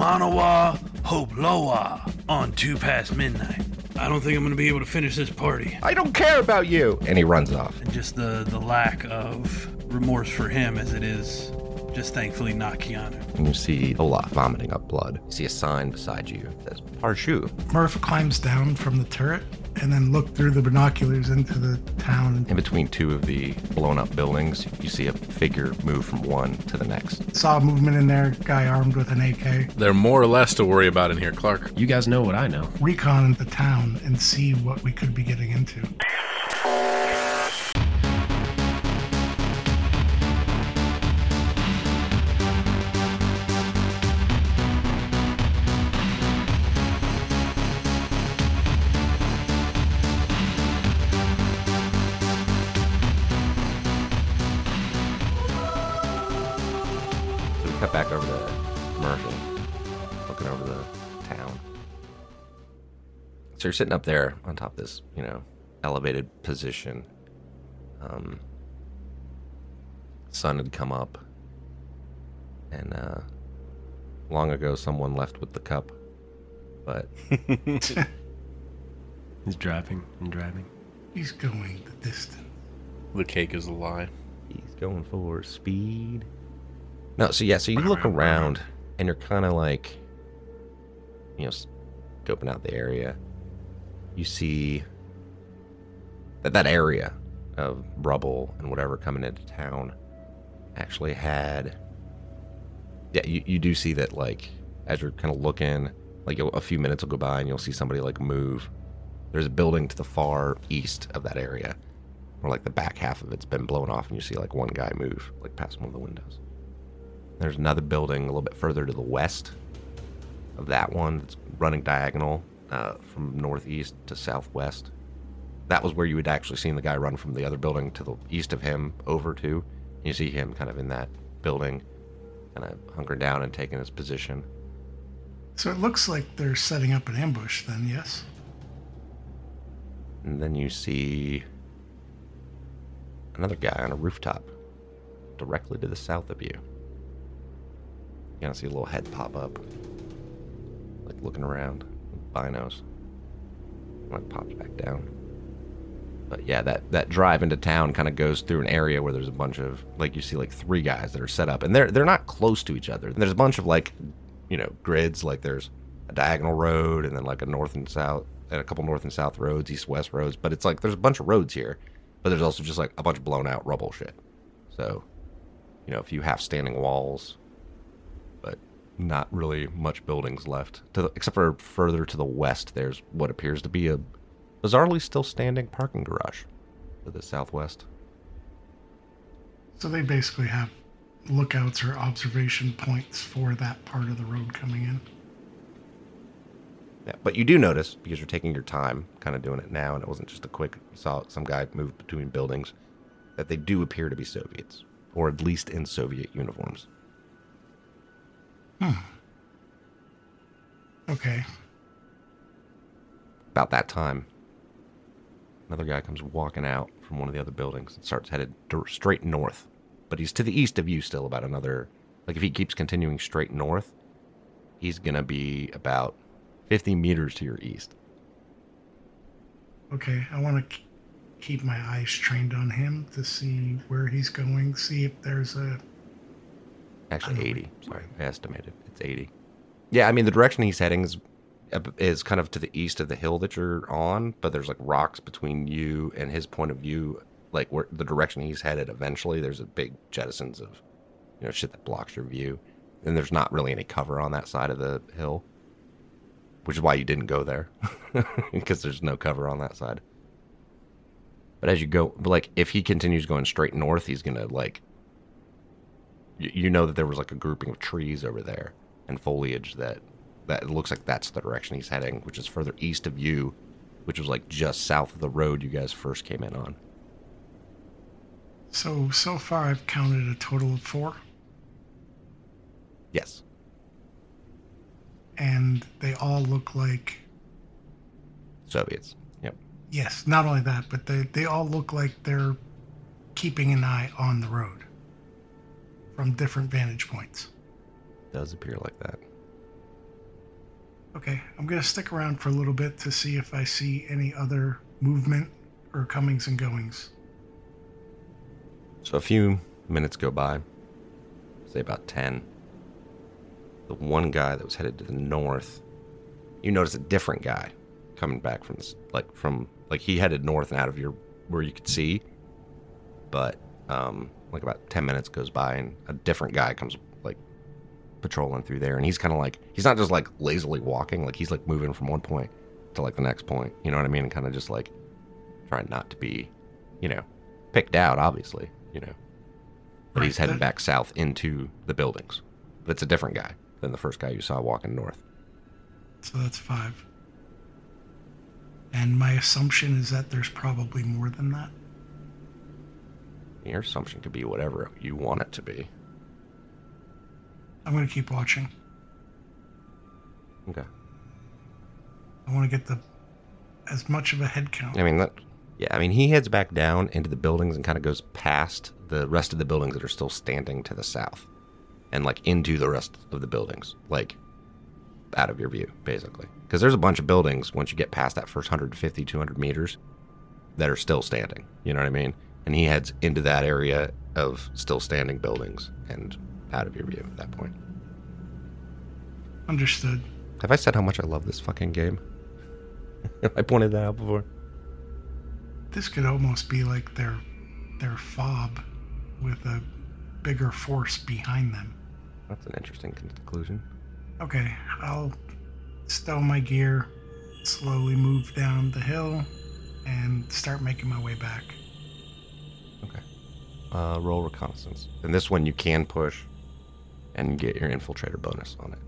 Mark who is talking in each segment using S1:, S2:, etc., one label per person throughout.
S1: Manawa Hoploa on two past midnight. I don't think I'm gonna be able to finish this party.
S2: I don't care about you. And he runs off.
S1: And just the the lack of remorse for him as it is just thankfully not Keanu.
S2: And you see Olaf vomiting up blood. You see a sign beside you that says Parshu.
S3: Murph climbs down from the turret and then look through the binoculars into the town.
S2: In between two of the blown up buildings, you see a figure move from one to the next.
S3: Saw movement in there, guy armed with an AK.
S4: They're more or less to worry about in here, Clark.
S5: You guys know what I know.
S3: Recon the town and see what we could be getting into.
S2: So we cut back over to commercial, looking over the town. So you're sitting up there on top of this, you know, elevated position. Um, sun had come up, and uh, long ago someone left with the cup, but
S5: He's driving and driving.
S3: He's going the distance.
S4: The cake is a lie.
S2: He's going for speed. No, so yeah, so you look around and you're kind of like, you know, scoping out the area. You see that that area of rubble and whatever coming into town actually had. Yeah, you, you do see that, like, as you're kind of looking, like you'll- a few minutes will go by and you'll see somebody, like, move. There's a building to the far east of that area where, like, the back half of it's been blown off and you see, like, one guy move, like, past one of the windows. There's another building a little bit further to the west of that one that's running diagonal uh, from northeast to southwest. That was where you had actually seen the guy run from the other building to the east of him over to. You see him kind of in that building, kind of hunkering down and taking his position.
S3: So it looks like they're setting up an ambush then, yes?
S2: And then you see another guy on a rooftop directly to the south of you. You kind of see a little head pop up, like looking around, with binos. And it pops back down. But yeah, that, that drive into town kind of goes through an area where there's a bunch of like you see like three guys that are set up, and they're they're not close to each other. And there's a bunch of like, you know, grids. Like there's a diagonal road, and then like a north and south, and a couple north and south roads, east west roads. But it's like there's a bunch of roads here, but there's also just like a bunch of blown out rubble shit. So, you know, a few half standing walls, but not really much buildings left. To the, except for further to the west, there's what appears to be a bizarrely still standing parking garage to the southwest.
S3: So they basically have lookouts or observation points for that part of the road coming in.
S2: Yeah, but you do notice because you're taking your time, kind of doing it now, and it wasn't just a quick. You saw some guy move between buildings. That they do appear to be Soviets, or at least in Soviet uniforms.
S3: Okay.
S2: About that time, another guy comes walking out from one of the other buildings and starts headed dir- straight north. But he's to the east of you still, about another. Like, if he keeps continuing straight north, he's going to be about 50 meters to your east.
S3: Okay. I want to keep my eyes trained on him to see where he's going, see if there's a.
S2: Actually, 80. Sorry, I estimated. It's 80. Yeah, I mean, the direction he's heading is up- is kind of to the east of the hill that you're on, but there's like rocks between you and his point of view. Like where the direction he's headed eventually, there's a big jettisons of, you know, shit that blocks your view. And there's not really any cover on that side of the hill, which is why you didn't go there, because there's no cover on that side. But as you go, but, like if he continues going straight north, he's gonna like y- you know that there was like a grouping of trees over there and foliage that that it looks like that's the direction he's heading, which is further east of you, which was like just south of the road you guys first came in on.
S3: So, so far I've counted a total of four,
S2: Yes.
S3: and they all look like.
S2: Soviets. Yep.
S3: Yes, not only that, but they, they all look like they're keeping an eye on the road from different vantage points.
S2: Does appear like that.
S3: Okay, I'm gonna stick around for a little bit to see if I see any other movement or comings and goings.
S2: So a few minutes go by, say about 10. The one guy that was headed to the north, you notice a different guy coming back from this, like from like he headed north and out of your where you could see. But um like about 10 minutes goes by and a different guy comes like patrolling through there and he's kind of like he's not just like lazily walking, like he's like moving from one point to like the next point, you know what I mean? And kind of just like trying not to be, you know, picked out, obviously, you know. But he's
S3: Right,
S2: heading
S3: that-
S2: back south into the buildings. But it's a different guy than the first guy you saw walking north.
S3: So that's five. And my assumption is that there's probably more than that.
S2: Your assumption could be whatever you want it to be.
S3: I'm gonna keep watching.
S2: Okay.
S3: I want to get the as much of a head count.
S2: I mean that. Yeah, I mean he heads back down into the buildings and kind of goes past the rest of the buildings that are still standing to the south, and like into the rest of the buildings, like out of your view, basically. Because there's a bunch of buildings once you get past that first 150, 200 meters that are still standing. You know what I mean? And he heads into that area of still standing buildings and out of your view at that point.
S3: Understood.
S2: Have I said how much I love this fucking game? I pointed that out before.
S3: This could almost be like their their fob with a bigger force behind them.
S2: That's an interesting conclusion.
S3: Okay, I'll stow my gear, slowly move down the hill, and start making my way back.
S2: Uh, roll reconnaissance. And this one you can push and get your infiltrator bonus on it.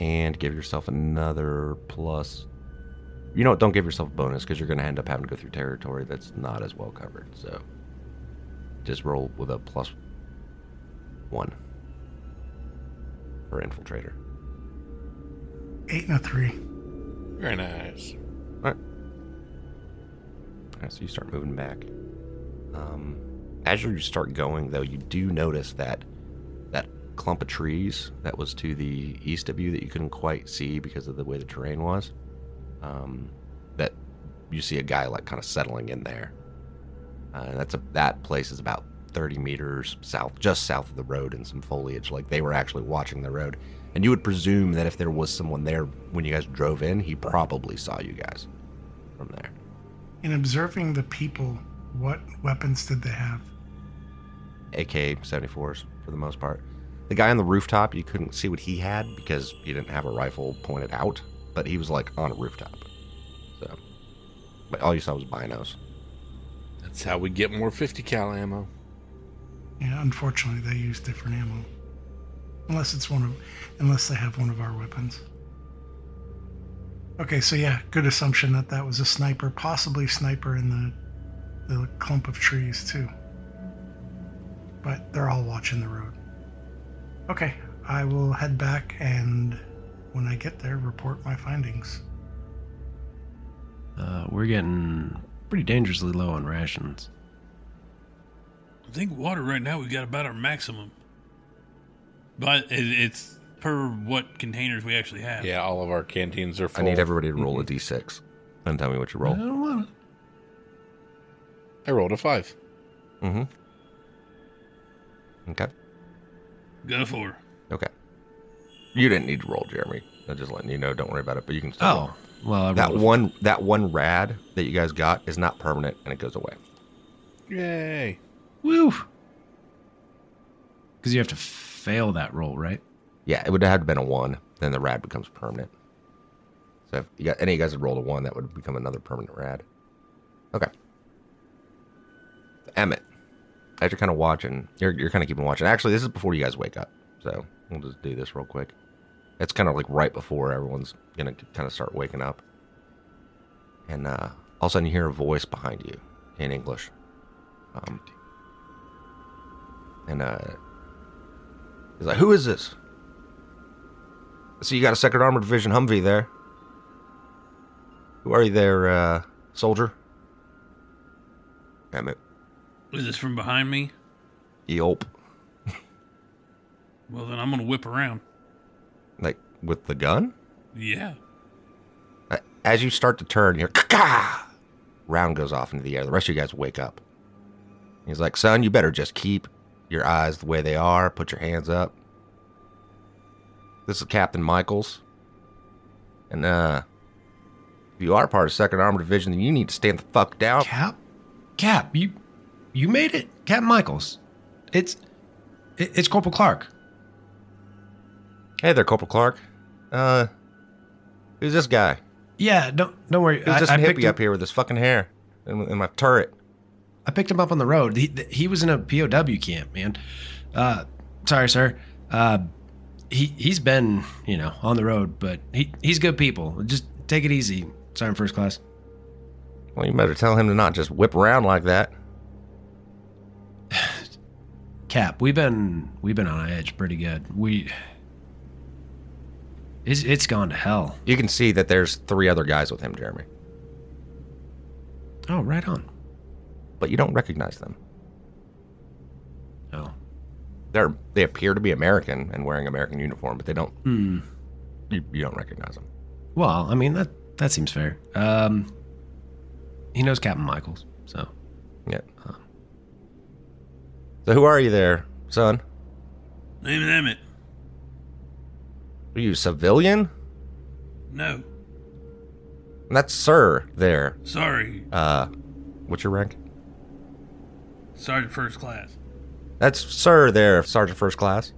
S2: And give yourself another plus. You know what? Don't give yourself a bonus because you're going to end up having to go through territory that's not as well covered. So just roll with a plus one for infiltrator.
S3: Eight and a three.
S4: Very nice.
S2: All right, so you start moving back. Um, as you start going, though, you do notice that that clump of trees that was to the east of you that you couldn't quite see because of the way the terrain was. Um, that you see a guy like kind of settling in there. Uh, and that's a that place is about 30 meters south, just south of the road, in some foliage. Like they were actually watching the road, and you would presume that if there was someone there when you guys drove in, he probably saw you guys from there.
S3: In observing the people, what weapons did they have?
S2: AK 74s for the most part. The guy on the rooftop, you couldn't see what he had because he didn't have a rifle pointed out, but he was like on a rooftop. So, but all you saw was binos.
S4: That's how we get more 50 cal ammo.
S3: Yeah, unfortunately, they use different ammo. Unless it's one of, unless they have one of our weapons. Okay, so yeah, good assumption that that was a sniper, possibly sniper in the, the clump of trees too. But they're all watching the road. Okay, I will head back and when I get there, report my findings.
S5: Uh, we're getting pretty dangerously low on rations.
S1: I think water right now we've got about our maximum. But it, it's per what containers we actually have.
S4: Yeah, all of our canteens are
S2: I
S4: full.
S2: need everybody to roll a d6 and tell me what you
S5: I
S2: roll.
S5: don't want it.
S4: I rolled a five.
S2: Mm-hmm. Okay.
S1: Got a four.
S2: Okay. You didn't need to roll, Jeremy. I'm just letting you know. Don't worry about it. But you can still. roll.
S5: Oh, well, I
S2: That
S5: rolled a-
S2: one, that one rad that you guys got is not permanent and it goes away.
S4: Yay.
S5: Woo! Because you have to fail that roll, right?
S2: Yeah, it would have been a one. Then the rad becomes permanent. So if you got any of you guys had rolled a one, that would become another permanent rad. Okay. Emmett, as you're kind of watching, you're, you're kind of keeping watching. Actually, this is before you guys wake up, so we'll just do this real quick. It's kind of like right before everyone's gonna kind of start waking up, and uh, all of a sudden you hear a voice behind you in English, um, and uh, he's like, "Who is this?" So you got a second armored division Humvee there. Who are you there, uh, soldier? Emmett.
S1: Is this from behind me?
S2: Yelp.
S1: Well, then I'm going to whip around.
S2: Like with the gun?
S1: Yeah.
S2: Uh, As you start to turn, you're ka round goes off into the air. The rest of you guys wake up. He's like, son, you better just keep your eyes the way they are. Put your hands up. This is Captain Michaels. And uh if you are part of Second Armored Division, then you need to stand the fuck down.
S5: Cap, Cap, you you made it, Cap Michaels. It's it, it's Corporal Clark.
S2: Hey there, Corporal Clark. Uh who's this guy?
S5: Yeah, don't don't worry.
S2: Who's this
S5: picked
S2: hippie
S5: him,
S2: up here with his fucking hair in, in my turret?
S5: I picked him up on the road. He, th- he was in a POW camp, man. Uh, sorry, sir. Uh, he he's been you know on the road, but he he's good people. Just take it easy, Sergeant First Class.
S2: Well, you better tell him to not just whip around like that.
S5: Cap, we've been we've been on edge pretty good. We it's it's gone to hell.
S2: You can see that there's three other guys with him, Jeremy,
S5: Oh, right on.
S2: but you don't recognize them.
S5: Oh,
S2: They're they appear to be American and wearing American uniform, but they don't.
S5: hmm.
S2: You, you don't recognize them.
S5: Well, I mean that that seems fair. Um, he knows Captain Michaels, so
S2: Yeah.
S5: Huh.
S2: So who are you there, son?
S1: Name it, name it.
S2: Are you civilian?
S1: No.
S2: And that's sir there.
S1: Sorry.
S2: Uh, what's your rank?
S1: Sergeant First Class.
S2: That's sir there, Sergeant First Class.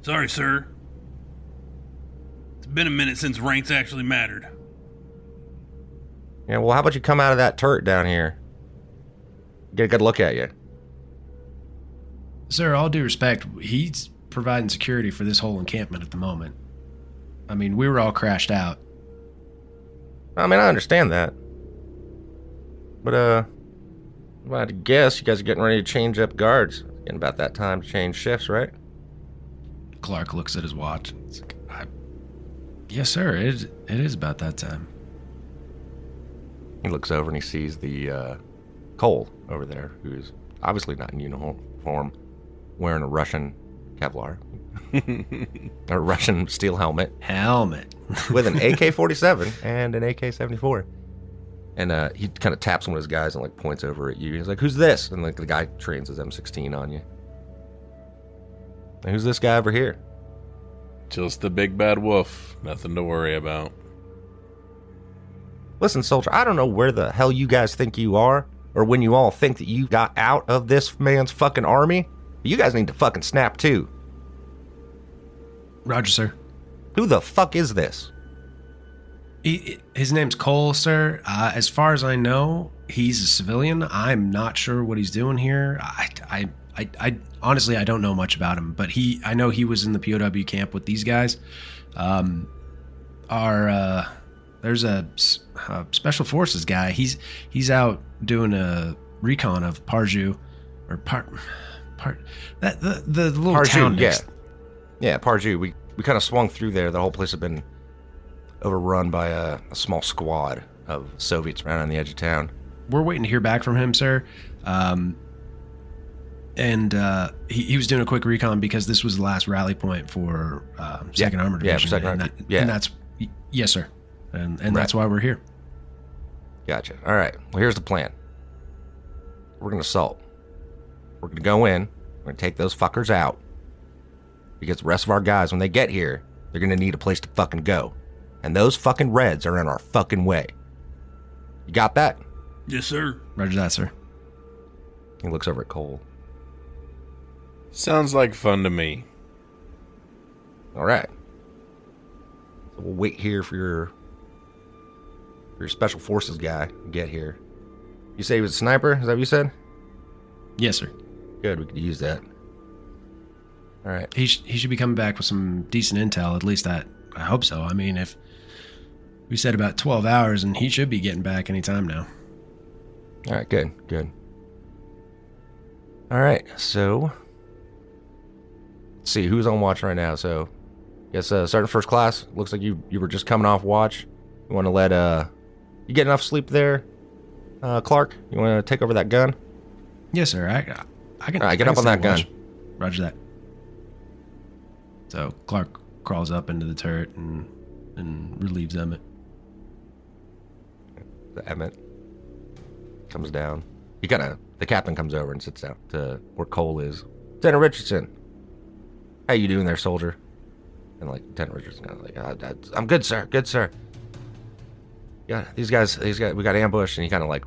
S1: Sorry, sir. It's been a minute since ranks actually mattered.
S2: Yeah. Well, how about you come out of that turret down here? Get a good look at you.
S5: sir, all due respect, he's providing security for this whole encampment at the moment. I mean, we were all crashed out.
S2: I mean, I understand that. But, uh, if I had to guess, you guys are getting ready to change up guards. Getting about that time to change shifts, right?
S5: Clark looks at his watch. It's like, I, yes, sir. It is, it is about that time.
S2: He looks over and he sees the, uh, Cole over there, who's obviously not in uniform, wearing a Russian Kevlar, a Russian steel helmet,
S5: Helmet.
S2: with an AK 47 and an AK 74. And uh, he kind of taps one of his guys and like points over at you. He's like, "Who's this?" And like the guy trains his M16 on you. And who's this guy over here?
S4: Just the big bad wolf. Nothing to worry about.
S2: Listen, soldier, I don't know where the hell you guys think you are, or when you all think that you got out of this man's fucking army. But you guys need to fucking snap too.
S5: Roger, sir.
S2: Who the fuck is this?
S5: He, his name's Cole, sir. Uh, as far as I know, he's a civilian. I'm not sure what he's doing here. I, I, I, I honestly, I don't know much about him, but he, I know he was in the POW camp with these guys. Um, our, uh, there's a, s- a special forces guy. He's, he's out doing a recon of Parju or part, part that, the, the little
S2: Parju,
S5: town
S2: yeah.
S5: next.
S2: Yeah, Parju, we, we kind of swung through there. The whole place had been overrun by a, a small squad of Soviets around on the edge of town.
S5: we're waiting to hear back from him, sir. Um, and uh, he, he was doing a quick recon because this was the last rally point for uh, Second Armored
S2: yeah, for
S5: Division.
S2: Second
S5: and,
S2: Armored-
S5: that-
S2: yeah.
S5: and that's y- yes, sir. And and that's why we're here.
S2: Gotcha. All right. Well, here's the plan. We're gonna assault. We're gonna go in. We're gonna take those fuckers out. Because the rest of our guys, when they get here, they're gonna need a place to fucking go. And those fucking reds are in our fucking way. You got that?
S1: Yes, sir.
S5: Roger that, sir.
S2: He looks over at Cole.
S4: Sounds like fun to me.
S2: All right. So we'll wait here for your for your special forces guy to get here. You say he was a sniper? Is that what you said?
S5: Yes, sir.
S2: Good. We could use that. All right.
S5: He sh- he should be coming back with some decent intel. At least that I hope so. I mean, if we said about twelve hours, and he should be getting back any time now.
S2: All right, good, good. All right, so let's see who's on watch right now. So, yes, uh, Sergeant First Class. Looks like you you were just coming off watch. You want to let uh, you get enough sleep there, uh, Clark. You want to take over that gun?
S5: Yes, sir. I, I can.
S2: All right, get
S5: I
S2: up
S5: can
S2: on that
S5: still
S2: gun.
S5: watch. Roger that. So Clark crawls up into the turret and and relieves Emmett.
S2: The Emmett comes down. You gotta. The captain comes over and sits down to where Cole is. Lieutenant Richardson, how you doing there, soldier? And like Lieutenant Richardson, kind of like, "Uh, I- I'm good, sir. Good, sir. Yeah, these guys, these guys, we got ambushed, and he kind of like,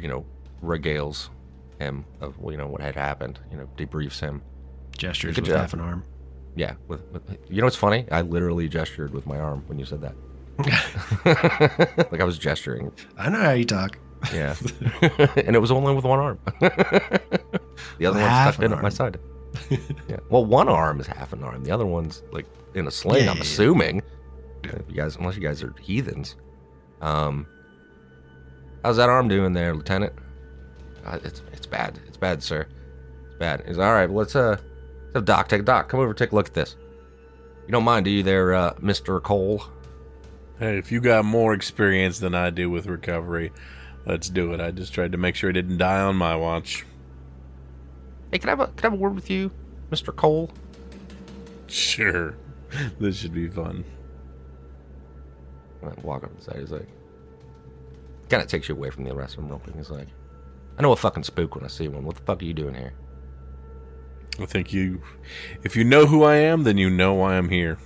S2: you know, regales him of you know what had happened. You know, debriefs him.
S5: Gestures
S2: Good
S5: with
S2: job.
S5: half an arm.
S2: Yeah, with, with you know what's funny? I literally gestured with my arm when you said that. like I was gesturing.
S5: I know how you talk.
S2: Yeah. and it was only with one arm. the other one's
S5: Half
S2: stuck in
S5: an
S2: at my
S5: arm.
S2: side. yeah. Well, one arm is half an arm. The other one's like in a sling,
S5: Yeah,
S2: I'm
S5: yeah, yeah.
S2: assuming. If you guys unless you guys are heathens. Um How's that arm doing there, Lieutenant? Uh, it's it's bad. It's bad, sir. It's bad. He's all right. Well, let's uh, let's have Doc take Doc. Come over, take a look at this. You don't mind, do you, there, uh, Mister Cole?
S4: Hey, if you got more experience than I do with recovery, let's do it. I just tried to make sure it didn't die on my watch.
S2: Hey, can I have a can I have a word with you, Mister Cole?
S4: Sure. This should be fun.
S2: And I walk up to the side. He's like, kind of takes you away from the rest of them real quick. He's like, I know a fucking spook when I see one. What the fuck are you doing here?
S4: I think you if you know who I am, then you know why I'm here.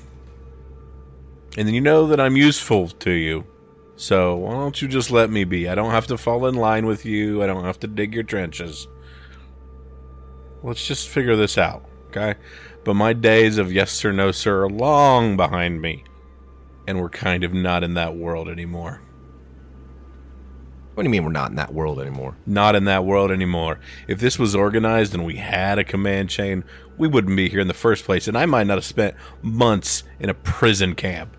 S4: And then you know that I'm useful to you. So why don't you just let me be? I don't have to fall in line with you. I don't have to dig your trenches. Let's just figure this out, okay? But my days of yes or no sir are long behind me. And we're kind of not in that world anymore.
S2: What do you mean we're not in that world anymore?
S4: not in that world anymore. If this was organized and we had a command chain, we wouldn't be here in the first place, and I might not have spent months in a prison camp.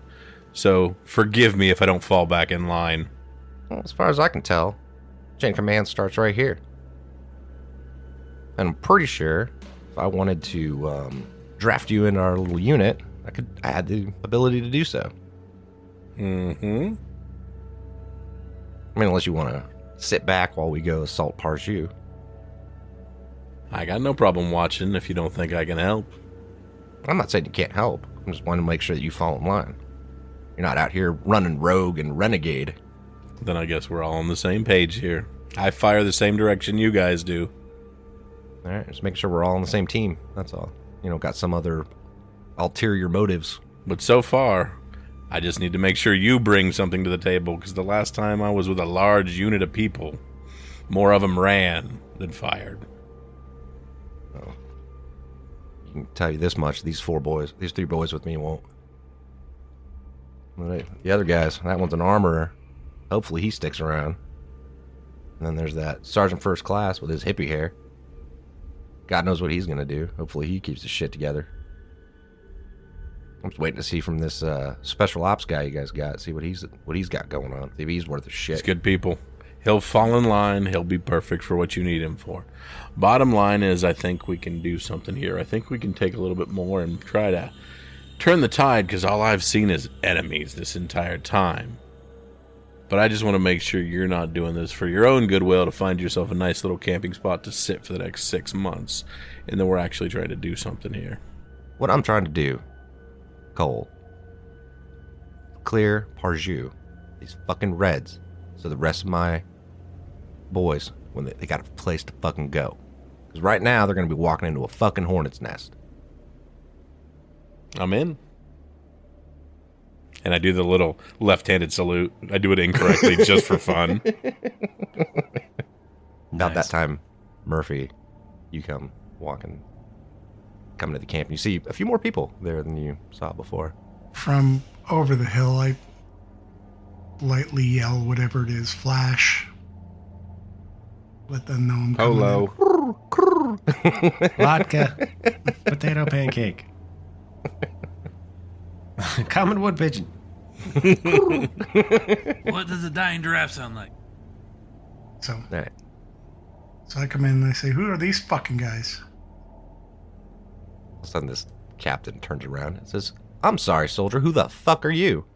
S4: So forgive me if I don't fall back in line.
S2: Well, as far as I can tell, chain of command starts right here. And I'm pretty sure if I wanted to um, draft you in our little unit, I could. I had the ability to do so.
S4: Mm-hmm.
S2: I mean, unless you want to sit back while we go assault Parju.
S4: I got no problem watching if you don't think I can help.
S2: I'm not saying you can't help. I'm just wanting to make sure that you fall in line. You're not out here running rogue and renegade.
S4: Then I guess we're all on the same page here. I fire the same direction you guys do.
S2: All right, just make sure we're all on the same team. That's all. You know, got some other ulterior motives.
S4: But so far, I just need to make sure you bring something to the table because the last time I was with a large unit of people, more of them ran than fired.
S2: I can tell you this much: these four boys, these three boys with me, won't. All right, The other guys, that one's an armorer. Hopefully, he sticks around. And then there's that sergeant first class with his hippie hair. God knows what he's gonna do. Hopefully, he keeps the shit together. I'm just waiting to see from this uh, special ops guy you guys got. See what he's what he's got going on. See if he's worth a shit.
S4: He's good people. He'll fall in line. He'll be perfect for what you need him for. Bottom line is, I think we can do something here. I think we can take a little bit more and try to turn the tide because all I've seen is enemies this entire time. But I just want to make sure you're not doing this for your own goodwill to find yourself a nice little camping spot to sit for the next six months. And then we're actually trying to do something here.
S2: What I'm trying to do, Cole, clear Parju, these fucking Reds, so the rest of my boys, when they, they got a place to fucking go. Because right now they're going to be walking into a fucking hornet's nest.
S4: I'm in. And I do the little left handed salute. I do it incorrectly just for fun.
S2: About
S5: Nice.
S2: that time, Murphy, you come walking, coming to the camp, and you see a few more people there than you saw before.
S3: From over the hill, I lightly yell whatever it is, flash. Let them know I'm coming. in.
S5: Vodka, potato pancake, common wood pigeon.
S1: What does a dying giraffe sound like?
S3: So,
S2: All right.
S3: so I come in and I say, "Who are these fucking guys?"
S2: All of a sudden, this captain turns around and says, I'm sorry, soldier. Who the fuck are you?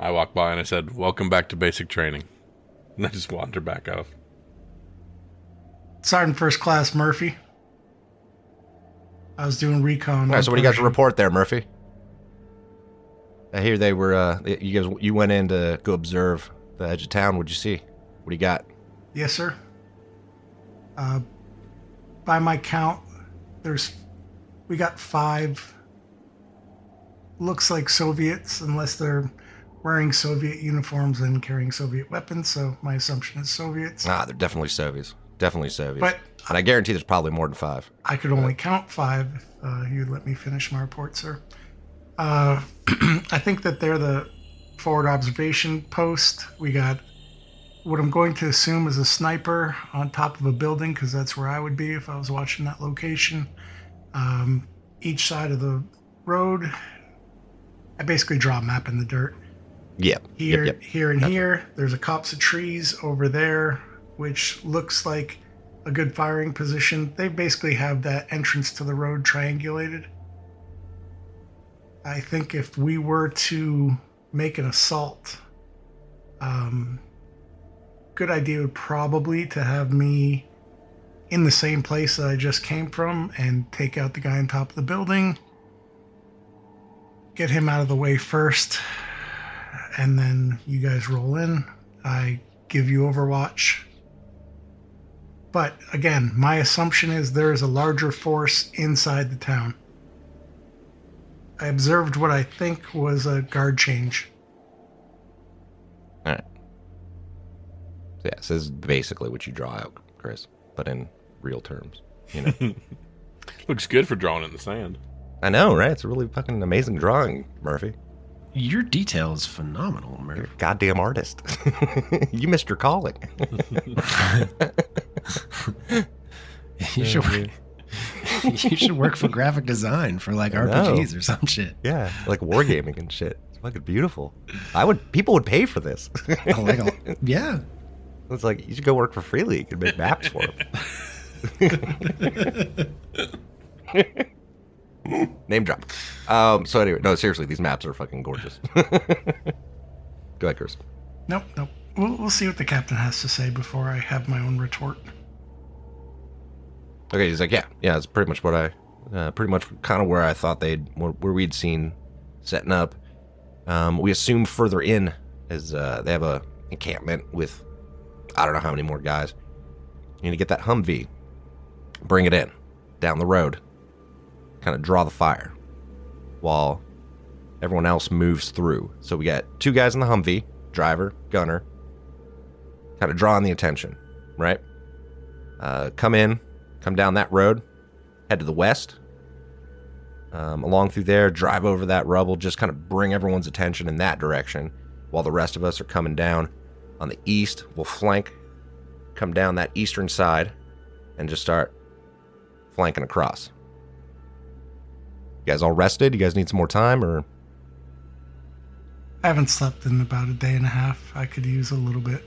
S4: I walked by and I said, Welcome back to basic training. And I just wandered back off.
S3: Sergeant First Class Murphy. I was doing recon.
S2: All right,
S3: on
S2: so what do you got to
S3: Persian.
S2: report there, Murphy? I hear they were. Uh, you guys, you went in to go observe the edge of town. What'd you see? What do you got?
S3: Yes, sir. Uh, by my count, there's we got five. Looks like Soviets, unless they're wearing Soviet uniforms and carrying Soviet weapons. So my assumption is Soviets.
S2: Ah, they're definitely Soviets. Definitely Soviets.
S3: But
S2: and I guarantee there's probably more than five.
S3: I could only count five if uh, you'd let me finish my report, sir. Uh, I think that they're the forward observation post. We got what I'm going to assume is a sniper on top of a building because that's where I would be if I was watching that location. Um, each side of the road, I basically draw a map in the dirt
S2: Yep.
S3: here,
S2: Yep. Yep.
S3: here, and
S2: Gotcha.
S3: here. There's a copse of trees over there, which looks like a good firing position. They basically have that entrance to the road triangulated. I think if we were to make an assault, um, good idea would probably to have me in the same place that I just came from and take out the guy on top of the building. Get him out of the way first, and then you guys roll in. I give you Overwatch. But again, my assumption is there is a larger force inside the town. I observed what I think was a guard change.
S2: So, yeah, so this is basically what you draw out, Chris, but in real terms. You know.
S4: Looks good for drawing in the sand.
S2: I know, right? It's a really fucking amazing drawing, Murphy.
S5: Your detail is phenomenal, Murph.
S2: You're a goddamn artist. you missed your calling.
S5: You should work, you should work for graphic design for like
S2: I know.
S5: RPGs or some shit.
S2: Yeah, like wargaming and shit. It's fucking beautiful. I would people would pay for this.
S5: I like a- yeah.
S2: It's like you should go work for Free League and make maps for them. Name drop. Um, so anyway, no, seriously, these maps are fucking gorgeous. go ahead, Chris.
S3: Nope, nope. We'll, we'll see what the captain has to say before I have my own retort.
S2: Okay, he's like, yeah, yeah, it's pretty much what I, uh, pretty much kind of where I thought they'd, where, where we'd seen setting up. Um, we assume further in is uh, they have a encampment with, I don't know how many more guys. You need to get that Humvee, bring it in, down the road, kind of draw the fire, while everyone else moves through. So we got two guys in the Humvee, driver, gunner, kind of drawing the attention, right? Uh, come in, come down that road, head to the west, um, along through there, drive over that rubble, just kind of bring everyone's attention in that direction while the rest of us are coming down on the east. We'll flank, come down that eastern side, and just start flanking across. You guys all rested? You guys need some more time or
S3: I haven't slept in about a day and a half. I could use a little bit.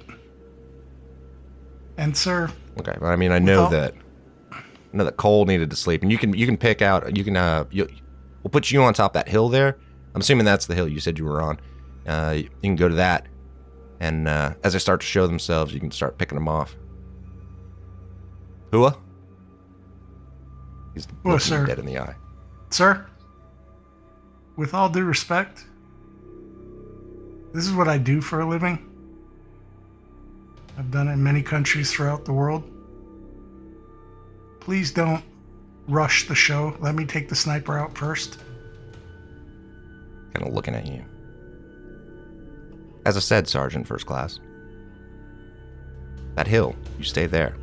S3: And, sir,
S2: Okay, but I mean, I know
S3: Well-
S2: that I know that Cole needed to sleep, and you can you can pick out you can uh you, we'll put you on top of that hill there. I'm assuming that's the hill you said you were on. Uh, you can go to that, and uh, as they start to show themselves, you can start picking them off. Hua, he's looking
S3: Hua,
S2: you
S3: sir.
S2: dead in the eye.
S3: Sir, with all due respect, this is what I do for a living. I've done it in many countries throughout the world. Please don't rush the show. Let me take the sniper out first.
S2: kind of looking at you. As I said, Sergeant First Class, that hill, you stay there.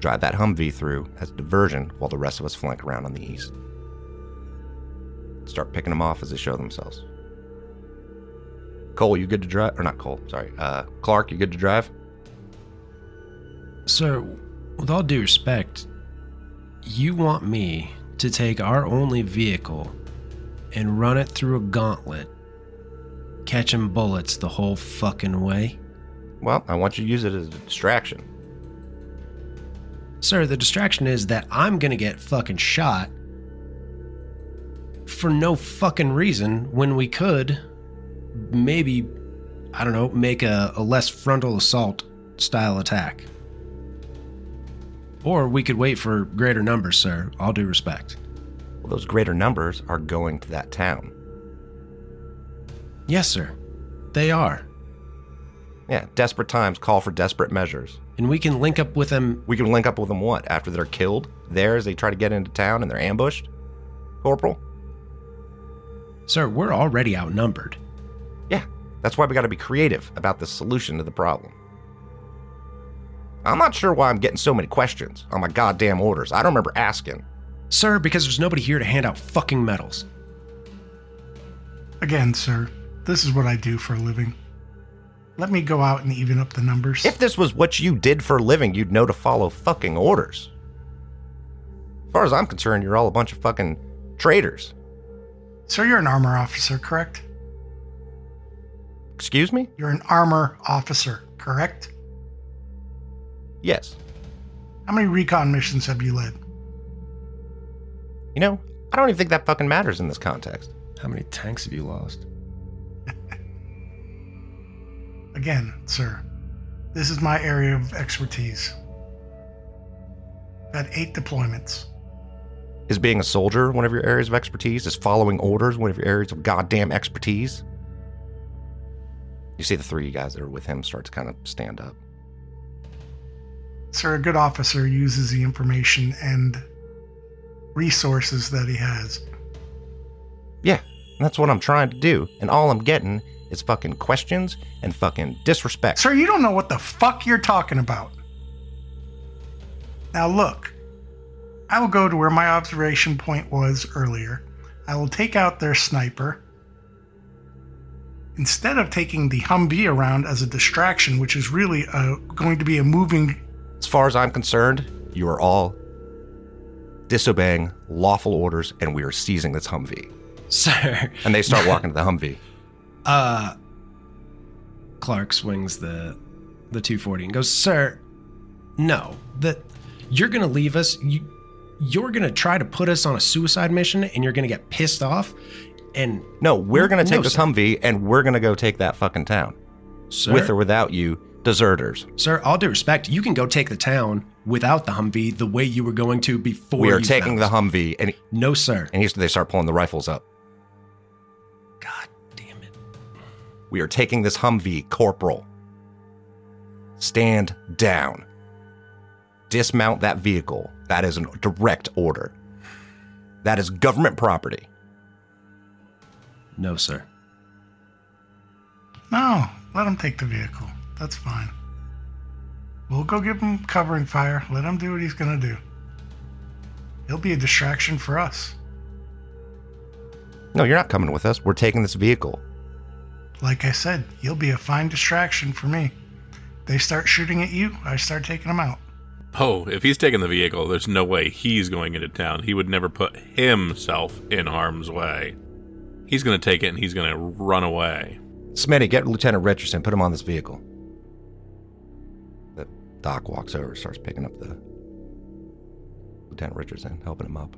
S2: Drive that Humvee through as a diversion while the rest of us flank around on the east. Start picking them off as they show themselves. Cole, you good to drive? Or not Cole, sorry. Uh, Clark, you good to drive?
S5: Sir, with all due respect, you want me to take our only vehicle and run it through a gauntlet, catching bullets the whole fucking way?
S2: Well, I want you to use it as a distraction.
S5: Sir, the distraction is that I'm gonna get fucking shot for no fucking reason when we could maybe, I don't know, make a, a less frontal assault style attack. Or we could wait for greater numbers, sir. All due respect.
S2: Well, those greater numbers are going to that town.
S5: Yes, sir. They are.
S2: Yeah, desperate times call for desperate measures.
S5: And we can link up with them.
S2: We can link up with them what? After they're killed there as they try to get into town and they're ambushed? Corporal?
S5: Sir, we're already outnumbered.
S2: Yeah, that's why we got to be creative about the solution to the problem. I'm not sure why I'm getting so many questions on my goddamn orders. I don't remember asking.
S5: Sir, because there's nobody here to hand out fucking medals.
S3: Again, sir, this is what I do for a living. Let me go out and even up the numbers.
S2: If this was what you did for a living, you'd know to follow fucking orders. As far as I'm concerned, you're all a bunch of fucking traitors.
S3: sir, you're an armor officer, correct?
S2: Excuse me?
S3: You're an armor officer, correct?
S2: Yes.
S3: How many recon missions have you led?
S2: You know, I don't even think that fucking matters in this context.
S5: How many tanks have you lost?
S3: Again, sir, this is my area of expertise. Got eight deployments.
S2: Is being a soldier one of your areas of expertise? Is following orders one of your areas of goddamn expertise? You see the three guys that are with him start to kind of stand up.
S3: Sir, a good officer uses the information and resources that he has.
S2: Yeah, and that's what I'm trying to do. And all I'm getting is fucking questions and fucking disrespect.
S3: Sir, you don't know what the fuck you're talking about. Now, look, I will go to where my observation point was earlier. I will take out their sniper. Instead of taking the Humvee around as a distraction, which is really uh going to be a moving.
S2: As far as I'm concerned, you are all disobeying lawful orders, and we are seizing this Humvee.
S5: Sir.
S2: And they start walking to the Humvee.
S5: Uh Clark swings the the 240 and goes, "Sir, no. That you're going to leave us. You you're going to try to put us on a suicide mission and you're going to get pissed off and
S2: No, we're gonna take
S5: No,
S2: this
S5: sir.
S2: Humvee and we're gonna go take that fucking town,
S5: sir,
S2: with or without you, deserters.
S5: sir, all due respect, you can go take the town without the Humvee the way you were going to before
S2: we are
S5: you
S2: taking
S5: found
S2: the
S5: us.
S2: Humvee, and
S5: No, sir.
S2: and here's they start pulling the rifles up.
S5: God damn it.
S2: We are taking this Humvee, Corporal. Stand down. Dismount that vehicle. That is a direct order. That is government property.
S5: No, sir.
S3: No, let them take the vehicle. That's fine. We'll go give him covering fire. Let him do what he's going to do. He'll be a distraction for us.
S2: No, you're not coming with us. We're taking this vehicle.
S3: like I said, you'll be a fine distraction for me. They start shooting at you, I start taking them out.
S4: Oh, if he's taking the vehicle, there's no way he's going into town. He would never put himself in harm's way. He's going to take it and he's going to run away.
S2: Smitty, get Lieutenant Richardson. Put him on this vehicle. The doc walks over, starts picking up the Lieutenant Richardson, helping him up.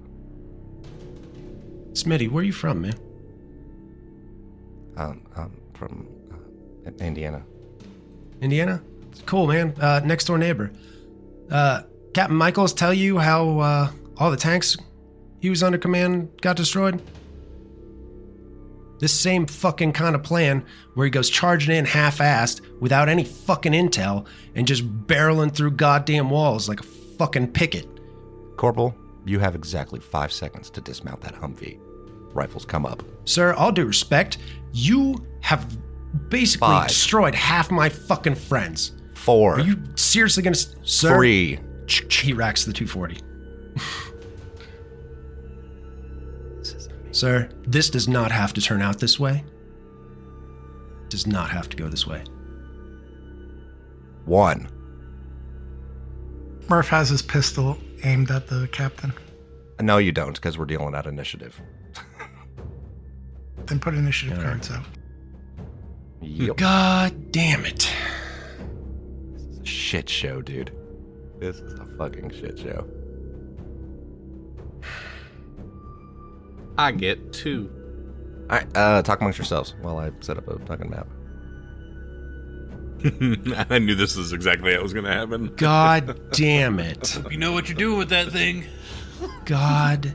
S5: Smitty, where are you from, man?
S2: Um, um, from uh, in- Indiana.
S5: Indiana. It's cool, man. Uh, next door neighbor. Uh, Captain Michaels tell you how uh, all the tanks he was under command got destroyed? This same fucking kind of plan where he goes charging in half assed without any fucking intel and just barreling through goddamn walls like a fucking picket.
S2: Corporal, you have exactly five seconds to dismount that Humvee. Rifles come up.
S5: Sir, all due respect, you have basically
S2: Five.
S5: destroyed half my fucking friends.
S2: Four,
S5: Are you seriously gonna. s- Sir,
S2: three.
S5: he racks the 240. Sir, this does not have to turn out this way. Does not have to go this way.
S2: One.
S3: Murph has his pistol aimed at the captain.
S2: No, you don't, because we're dealing out initiative.
S3: Then put initiative
S5: Yeah.
S3: cards out.
S2: Yep.
S5: Hmm, God damn it.
S2: This is a shit show, dude. This is a fucking shit show.
S4: I get two.
S2: All right, uh, talk amongst yourselves while I set up a fucking map.
S4: I knew this was exactly how it was going to happen.
S5: God damn it.
S1: You know what you're doing with that thing.
S5: God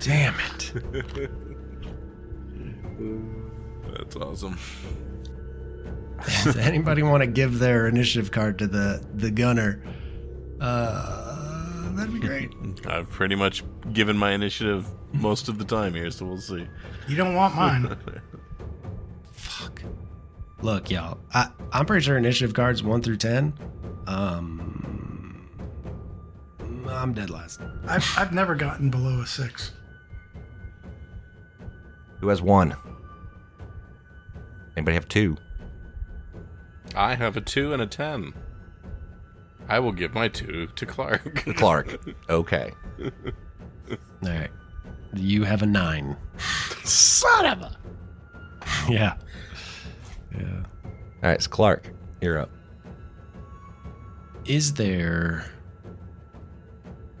S5: Damn it.
S4: That's awesome.
S5: Does anybody want to give their initiative card to the the gunner? Uh, that'd be great.
S4: I've pretty much given my initiative most of the time here, so we'll see.
S3: You don't want mine.
S5: Fuck. Look, y'all. I I'm pretty sure initiative cards one through ten. Um, I'm dead last.
S3: I've, I've never gotten below a six.
S2: Who has one? Anybody have two?
S4: I have a two and a ten. I will give my two to Clark.
S2: Clark. Okay.
S5: All right. You have a nine.
S4: Son of a.
S5: Yeah. Yeah.
S2: All right, it's Clark. You're up.
S5: Is there?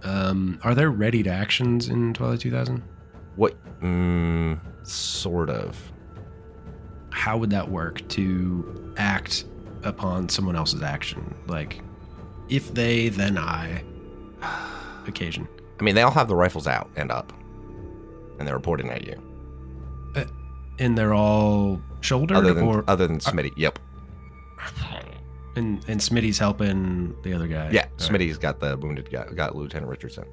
S5: Um, are there ready to actions in Twilight 2000?
S2: What? Mm, sort of.
S5: How would that work to act upon someone else's action? Like, if they, then I. Occasion.
S2: I mean, they all have the rifles out and up, and they're reporting at you.
S5: And they're all shouldered,
S2: Other than
S5: or
S2: other than Smitty. Yep.
S5: and and Smitty's helping the other guy.
S2: Yeah,
S5: All right.
S2: Smitty's got the wounded guy. Got Lieutenant Richardson.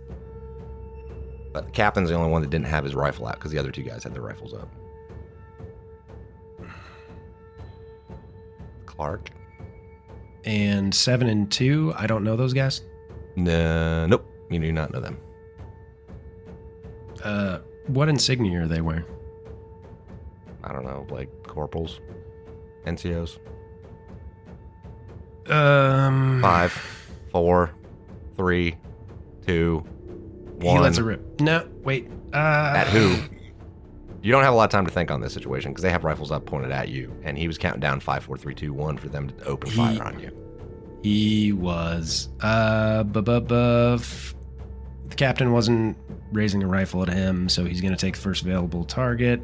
S2: But the captain's the only one that didn't have his rifle out because the other two guys had their rifles up. Clark.
S5: And seven and two. I don't know those guys.
S2: No, nope. You do not know them.
S5: Uh, what insignia are they wearing?
S2: I don't know, like corporals, NCOs.
S5: Um,
S2: Five, four, three, two, one.
S5: He lets it rip. No, wait. Uh,
S2: At who? You don't have a lot of time to think on this situation because they have rifles up pointed at you, and he was counting down five, four, three, two, one for them to open
S5: He-
S2: fire on you.
S5: He was. Uh, bu- bu- bu- f- the captain wasn't raising a rifle at him, so he's going to take the first available target.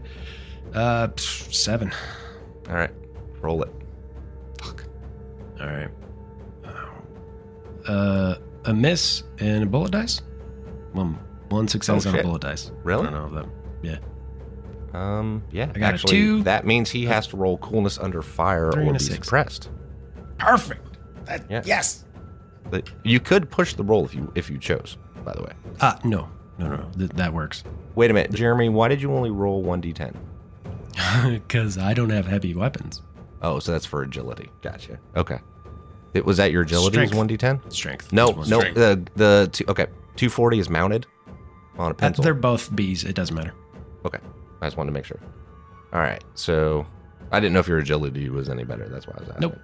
S5: Uh, pff, seven.
S2: All right, roll it.
S5: All right. Uh, a miss and a bullet dice. One, one success
S2: Oh,
S5: on a
S2: shit.
S5: bullet dice.
S2: Really?
S5: I don't know if that.
S2: Um, yeah,
S5: I got a
S2: actually,
S5: two. Uh,
S2: that means he has to roll coolness under fire
S5: Three
S2: or
S5: and
S2: be
S5: a six.
S2: suppressed.
S5: Perfect. That,
S2: Yeah.
S5: Yes.
S2: But you could push the roll if you if you chose. By the way,
S5: Uh, no, no, no. Th- that works.
S2: wait a minute, Jeremy. Why did you only roll one d10?
S5: Because I don't have heavy weapons.
S2: Oh, so that's for agility. Gotcha. Okay. It was that your agility is
S5: Strength.
S2: one d10.
S5: Strength.
S2: No,
S5: is one.
S2: no.
S5: Strength.
S2: The the two, okay, two forty is mounted on a
S5: Uh,
S2: pencil.
S5: they're both B's. It doesn't matter.
S2: I just wanted to make sure. All right, so I didn't know if your agility was any better. That's why I was asking.
S5: Nope.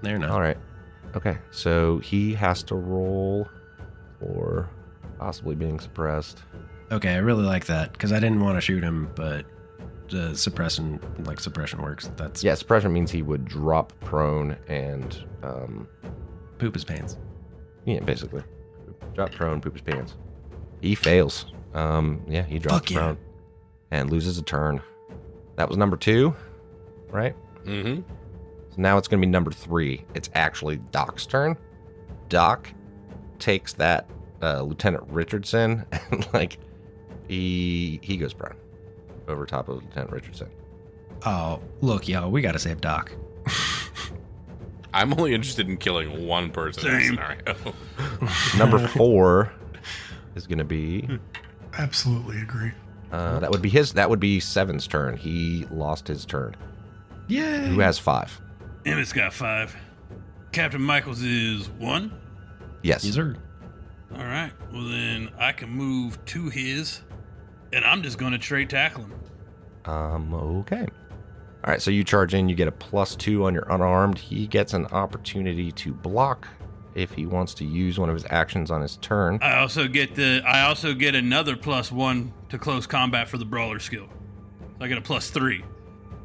S5: They're not.
S2: All right. Okay, so he has to roll for possibly being suppressed.
S5: Okay, I really like that because I didn't want to shoot him, but the suppression, like suppression, works. That's
S2: Yeah, suppression means he would drop prone and um,
S5: poop his pants.
S2: yeah, basically drop prone, poop his pants. He fails. Um, yeah, he drops
S5: Fuck yeah.
S2: prone and loses a turn. That was number two, right?
S4: Mm-hmm.
S2: So now it's going to be number three. It's actually Doc's turn. Doc takes that uh, Lieutenant Richardson and like he he goes brown over top of Lieutenant Richardson.
S5: Oh, look, yo, we gotta save Doc.
S4: I'm only interested in killing one person in this
S1: Same.
S4: scenario.
S2: Number four is going to be
S3: Absolutely agree.
S2: uh, that would be his that would be Seven's turn. He lost his turn.
S5: Yay!
S2: Who has five?
S1: Emmett's got five. Captain Michaels is one.
S2: Yes.
S5: Yes, sir.
S1: All right. Well, then I can move to his, and I'm just going to trade tackle him.
S2: Um, okay. All right, so you charge in, you get a plus two on your unarmed. He gets an opportunity to block if he wants to use one of his actions on his turn.
S1: I also get the. I also get another plus one to close combat for the brawler skill. So I get a plus three.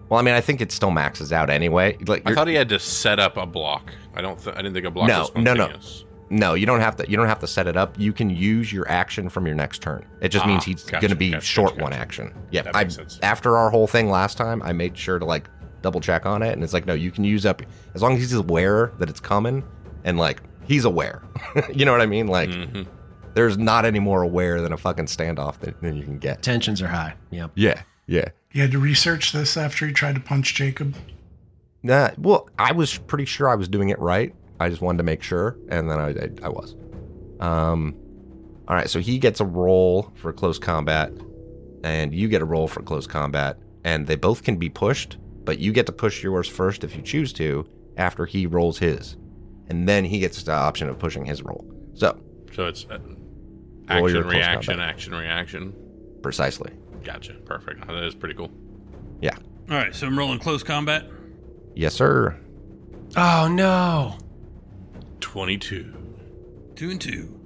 S2: Well, I mean, I think it still maxes out anyway. Like,
S4: I
S2: you're-
S4: thought he had to set up a block. I don't. Th- I didn't think a block
S2: No,
S4: was
S2: no, no.
S4: spontaneous.
S2: no, you don't have to. You don't have to set it up. You can use your action from your next turn. It just
S4: Ah,
S2: means he's
S4: gotcha,
S2: going to be
S4: gotcha,
S2: short
S4: gotcha,
S2: one
S4: gotcha.
S2: action. Yeah,
S4: That
S2: I,
S4: makes sense.
S2: after our whole thing last time, I made sure to like double check on it, and it's like, no, you can use up as long as he's aware that it's coming, and like he's aware. you know what I mean? Like.
S4: Mhm.
S2: There's not any more aware than a fucking standoff than, than you can get.
S5: Tensions are high. Yep.
S2: Yeah, yeah.
S3: You had to research this after you tried to punch Jacob.
S2: Nah, well, I was pretty sure I was doing it right. I just wanted to make sure, and then I, I, I was. Um, all right, so he gets a roll for close combat, and you get a roll for close combat, and they both can be pushed, but you get to push yours first if you choose to after he rolls his, and then he gets the option of pushing his roll. So
S4: So it's uh,
S2: Roll your
S4: action,
S2: close
S4: reaction,
S2: combat.
S4: action, reaction.
S2: precisely,
S4: Gotcha. Perfect. That is pretty cool.
S1: All right, so I'm rolling close combat.
S2: yes, sir.
S5: Oh no.
S4: 22.
S1: Two and two.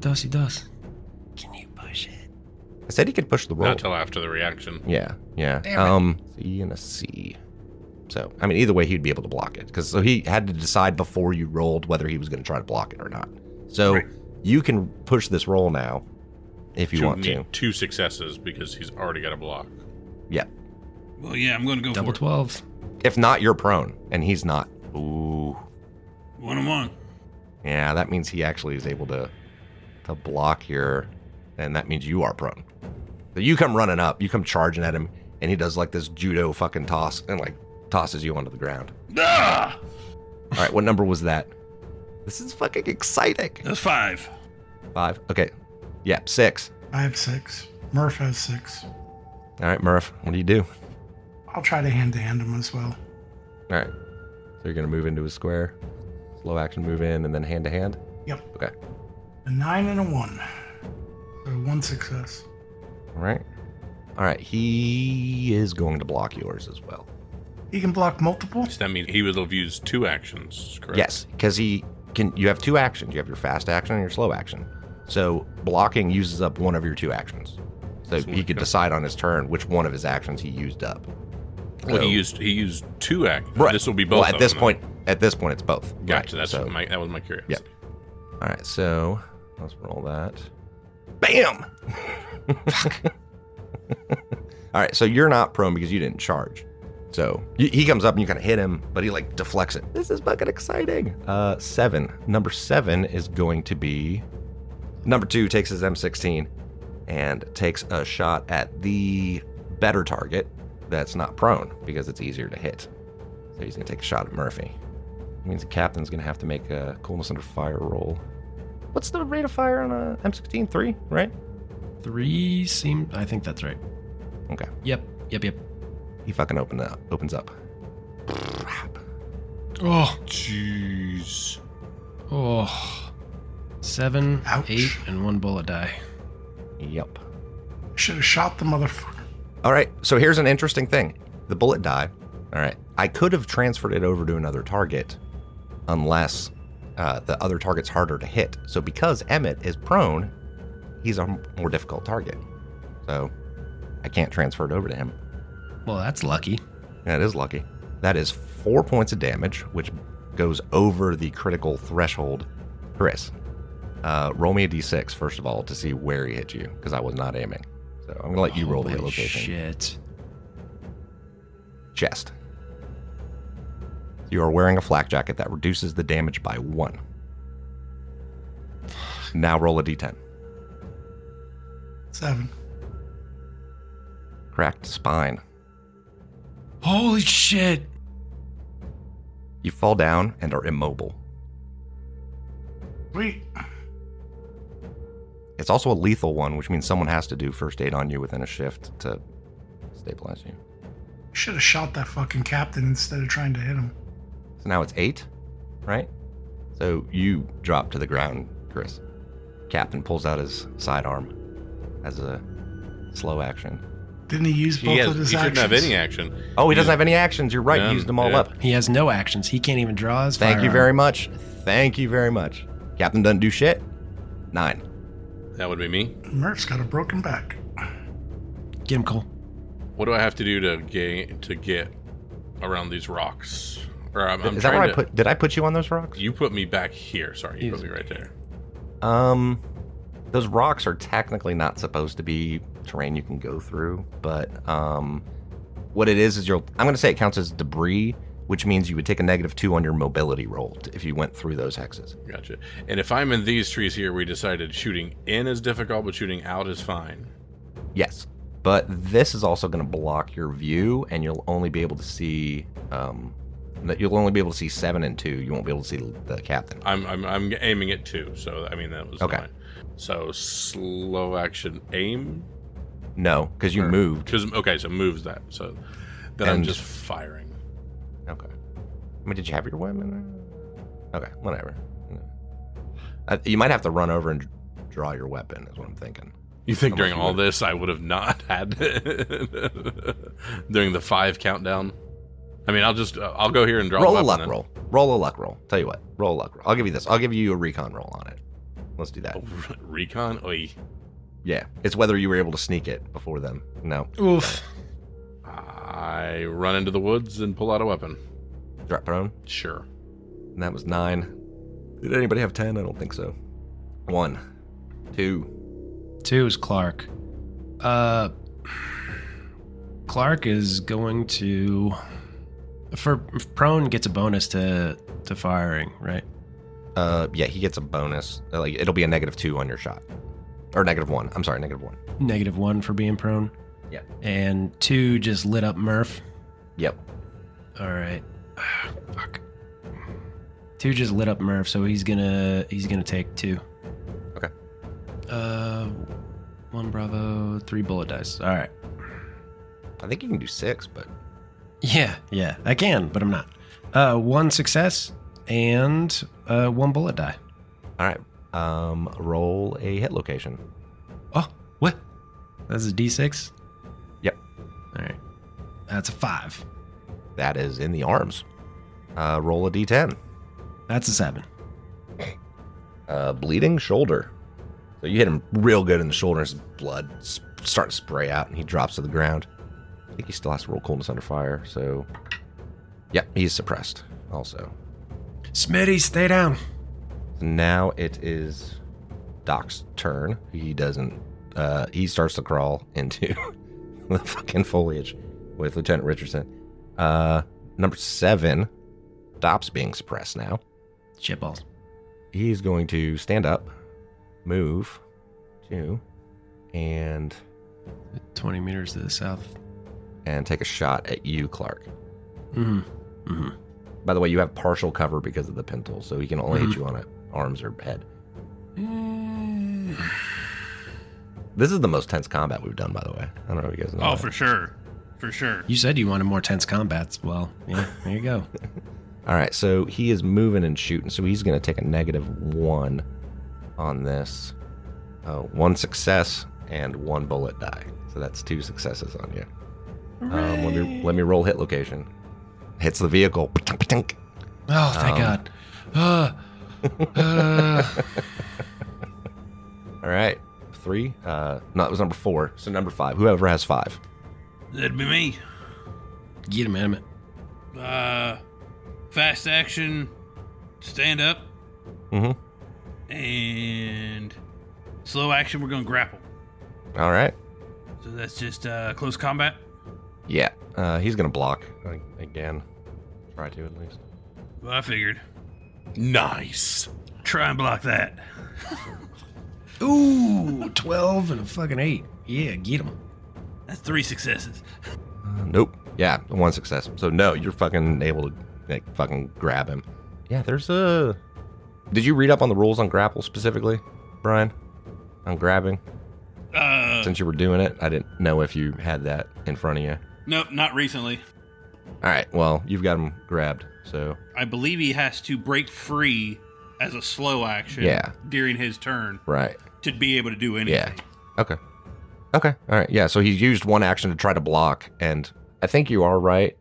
S5: Does he does? Can you push it?
S2: I said he could push the roll.
S4: Not till after the reaction.
S2: Yeah, yeah.
S5: Damn it.
S2: um, C and a C. So, I mean, either way, he'd be able to block it because so he had to decide before you rolled whether he was going to try to block it or not. So
S1: Right.
S2: you can push this roll now if you
S4: Two-
S2: want
S4: need
S2: to.
S4: Two successes because he's already got a block.
S1: Well, yeah, I'm going to go
S5: Double
S1: for
S5: twelve.
S2: If not, you're prone, and he's not. Ooh,
S1: it. One and one.
S2: yeah. That means he actually is able to to block your, and that means you are prone. So you come running up, you come charging at him, and he does like this judo fucking toss and like tosses you onto the ground.
S1: Ah!
S2: All right, what number was that? This is fucking exciting.
S1: That's five.
S2: Five. Okay. Yeah, six.
S3: I have six. Murph has six.
S2: All right, Murph, what do you do?
S3: I'll try to hand to hand him as well.
S2: All right. So you're going to move into a square, slow action move in, and then hand to hand?
S3: Yep.
S2: Okay.
S3: A nine and a one. So one success.
S2: All right. All right, he is going to block yours as well.
S3: He can block multiple.
S4: So that means he would have used two actions, correct?
S2: Yes, because he can. You have two actions. You have your fast action and your slow action. So blocking uses up one of your two actions. So
S4: So
S2: he
S4: what-
S2: could decide on his turn which one of his actions he used up.
S4: Well,
S2: So-
S4: he used he used two actions.
S2: Right.
S4: This will be both.
S2: Well, at
S4: of
S2: this
S4: them.
S2: point, at this point, it's both.
S4: Gotcha.
S2: Right,
S4: That's
S2: so-
S4: what my that was my curiosity.
S2: All right, so let's roll that. Bam! All right, so you're not prone because you didn't charge. So y- he comes up and you kind of hit him, but he like deflects it. This is fucking exciting. Uh, seven. Number seven is going to be number two takes his M16 and takes a shot at the better target that's not prone because it's easier to hit. So he's gonna take a shot at Murphy. means the captain's gonna have to make a coolness under fire roll. What's the rate of fire on a M16? Three, right?
S5: Three seem. I think that's right.
S2: Okay.
S5: Yep. Yep. Yep.
S2: He fucking open up, opens up.
S5: Oh.
S4: Jeez.
S5: Oh. Seven,
S3: Ouch.
S5: eight, and one bullet die.
S2: Yep.
S3: Should have shot the motherfucker.
S2: All right. So here's an interesting thing: the bullet die. All right. I could have transferred it over to another target, unless uh, the other target's harder to hit. So because Emmett is prone, he's a more difficult target. So I can't transfer it over to him.
S5: Well, that's lucky.
S2: That is lucky. That is four points of damage, which goes over the critical threshold. Chris, uh, roll me a d6 first of all to see where he hit you, because I was not aiming. So I'm gonna let you roll the hit
S5: Holy
S2: location.
S5: Shit.
S2: Chest. You are wearing a flak jacket that reduces the damage by one. Now roll a d10.
S3: Seven.
S2: Cracked spine.
S5: Holy shit.
S2: You fall down and are immobile.
S3: Sweet.
S2: It's also a lethal one, which means someone has to do first aid on you within a shift to stabilize you.
S3: Should have shot that fucking captain instead of trying to hit him.
S2: So now it's eight, right? So you drop to the ground, Chris. Captain pulls out his sidearm as a slow action.
S3: Didn't he use both
S4: He, has,
S3: of
S4: he
S3: his
S4: shouldn't
S3: actions?
S4: have any action.
S2: Oh, he doesn't
S4: Yeah.
S2: have any actions. You're right.
S4: Yeah,
S2: he used them all
S4: yeah.
S2: up.
S5: He has no actions. He can't even draw his.
S2: Thank you
S5: firearm.
S2: very much. Thank you very much. Captain doesn't do shit. Nine.
S4: That would be me.
S3: Murph's got a broken back.
S5: Get him, Cole.
S4: What do I have to do to get to get around these rocks? Or I'm, I'm
S2: Is that
S4: trying
S2: where I
S4: to-
S2: put? Did I put you on those rocks?
S4: You put me back here. Sorry, you
S5: Yes.
S4: put me right there.
S2: Um, those rocks are technically not supposed to be terrain you can go through, but um, what it is is you're. I'm gonna say it counts as debris, which means you would take a negative two on your mobility roll t- if you went through those hexes.
S4: Gotcha. And if I'm in these trees here, we decided shooting in is difficult, but shooting out is fine.
S2: Yes, but this is also going to block your view, and you'll only be able to see um, that you'll only be able to see seven and two. You won't be able to see the captain.
S4: I'm I'm, I'm aiming at two, so I mean that was
S2: Okay.
S4: fine. So slow action aim
S2: No, because you
S4: Or-
S2: moved.
S4: because okay, so moves that. So then I'm
S2: And-
S4: just firing.
S2: Okay. I mean, did you have your weapon? Okay, whatever. Yeah. Uh, you might have to run over and d- draw your weapon, is what I'm thinking.
S4: You think
S2: Unless
S4: during
S2: you
S4: all
S2: would-
S4: this I would have not had during the five countdown? I mean, I'll just uh, I'll go here and draw.
S2: roll a
S4: weapon
S2: luck
S4: then.
S2: roll. Roll a luck roll. Tell you what, roll a luck roll. I'll give you this. I'll give you a recon roll on it. Let's do that.
S4: Oh, re- recon. Oy.
S2: Yeah, it's whether you were able to sneak it before them. No,
S5: Oof.
S4: I run into the woods and pull out a weapon.
S2: drop prone.
S4: Sure.
S2: And that was nine. Did anybody have ten? I don't think so. One, two.
S5: Two is Clark. Uh, Clark is going to for prone gets a bonus to to firing, right?
S2: Uh, yeah, he gets a bonus. Uh, Like it'll be a negative two on your shot, or negative one. I'm sorry, negative one.
S5: Negative one for being prone.
S2: Yeah.
S5: And two just lit up Murph.
S2: Yep.
S5: All right. Ah, Fuck. Two just lit up Murph, so he's gonna he's gonna take two.
S2: Okay.
S5: Uh, one Bravo, three bullet dice. All right.
S2: I think you can do six, but
S5: Yeah, yeah, I can, but I'm not. Uh, one success and uh, one bullet die.
S2: All right. Um, roll a hit location.
S5: Oh, what? That's a D6.
S2: Yep.
S5: All right. That's a five.
S2: That is in the arms. Uh, roll a d10.
S5: That's a seven.
S2: Uh, bleeding shoulder. So you hit him real good in the shoulder. His blood s- starts to spray out, and he drops to the ground. I think he still has to roll coolness under fire. So, yep, he's suppressed. Also,
S5: Smitty, stay down.
S2: now it is Doc's turn. He doesn't. Uh, he starts to crawl into the fucking foliage with Lieutenant Richardson. Uh, number seven, Dop's being suppressed now.
S5: Shit balls.
S2: He's going to stand up, move, two, and
S5: 20 meters to the south.
S2: and take a shot at you, Clark.
S5: Mm hmm. Mm hmm.
S2: By the way, you have partial cover because of the pintle, so he can only
S5: Mhm.
S1: Mm-hmm.
S2: hit you on it, arms or head. This is the most tense combat we've done, by the way. I don't know if you guys know.
S1: Oh,
S2: that.
S1: for sure. For sure.
S5: You said you wanted more tense combats. Well, yeah, there you go.
S2: All right, so he is moving and shooting, so he's going to take a negative one on this. Oh, one success and one bullet die. So that's two successes on you. Um, let me let me roll hit location. Hits the vehicle. Ptink, ptink.
S5: Oh, thank
S2: Um,
S5: God. Uh, uh,
S2: All right, three. Uh, no, it was number four. So number five. Whoever has five.
S1: That'd be me.
S5: get him, Emmett.
S1: Uh, fast action, stand up,
S2: Mhm.
S1: and slow action. We're gonna grapple.
S2: All right.
S1: So that's just uh, close combat.
S2: Yeah. Uh, he's going to block like, again. Try to at least.
S1: Well, I figured.
S4: Nice.
S1: Try and block that.
S5: Ooh, 12 and a fucking 8. Yeah, get him.
S1: That's three successes.
S2: Uh, nope. Yeah, one success. So no, you're fucking able to like fucking grab him. Yeah, there's a. Did you read up on the rules on grapple specifically, Brian? On grabbing,
S1: Uh,
S2: since you were doing it, I didn't know if you had that in front of you.
S1: nope, not recently.
S2: All right, well, you've got him grabbed, so
S1: I believe he has to break free as a slow action
S2: Yeah.
S1: during his turn
S2: right.
S1: to be able to do
S2: Yeah.
S1: anything.
S2: Okay. Okay. All right. Yeah. So he's used one action to try to block, and I think you are right.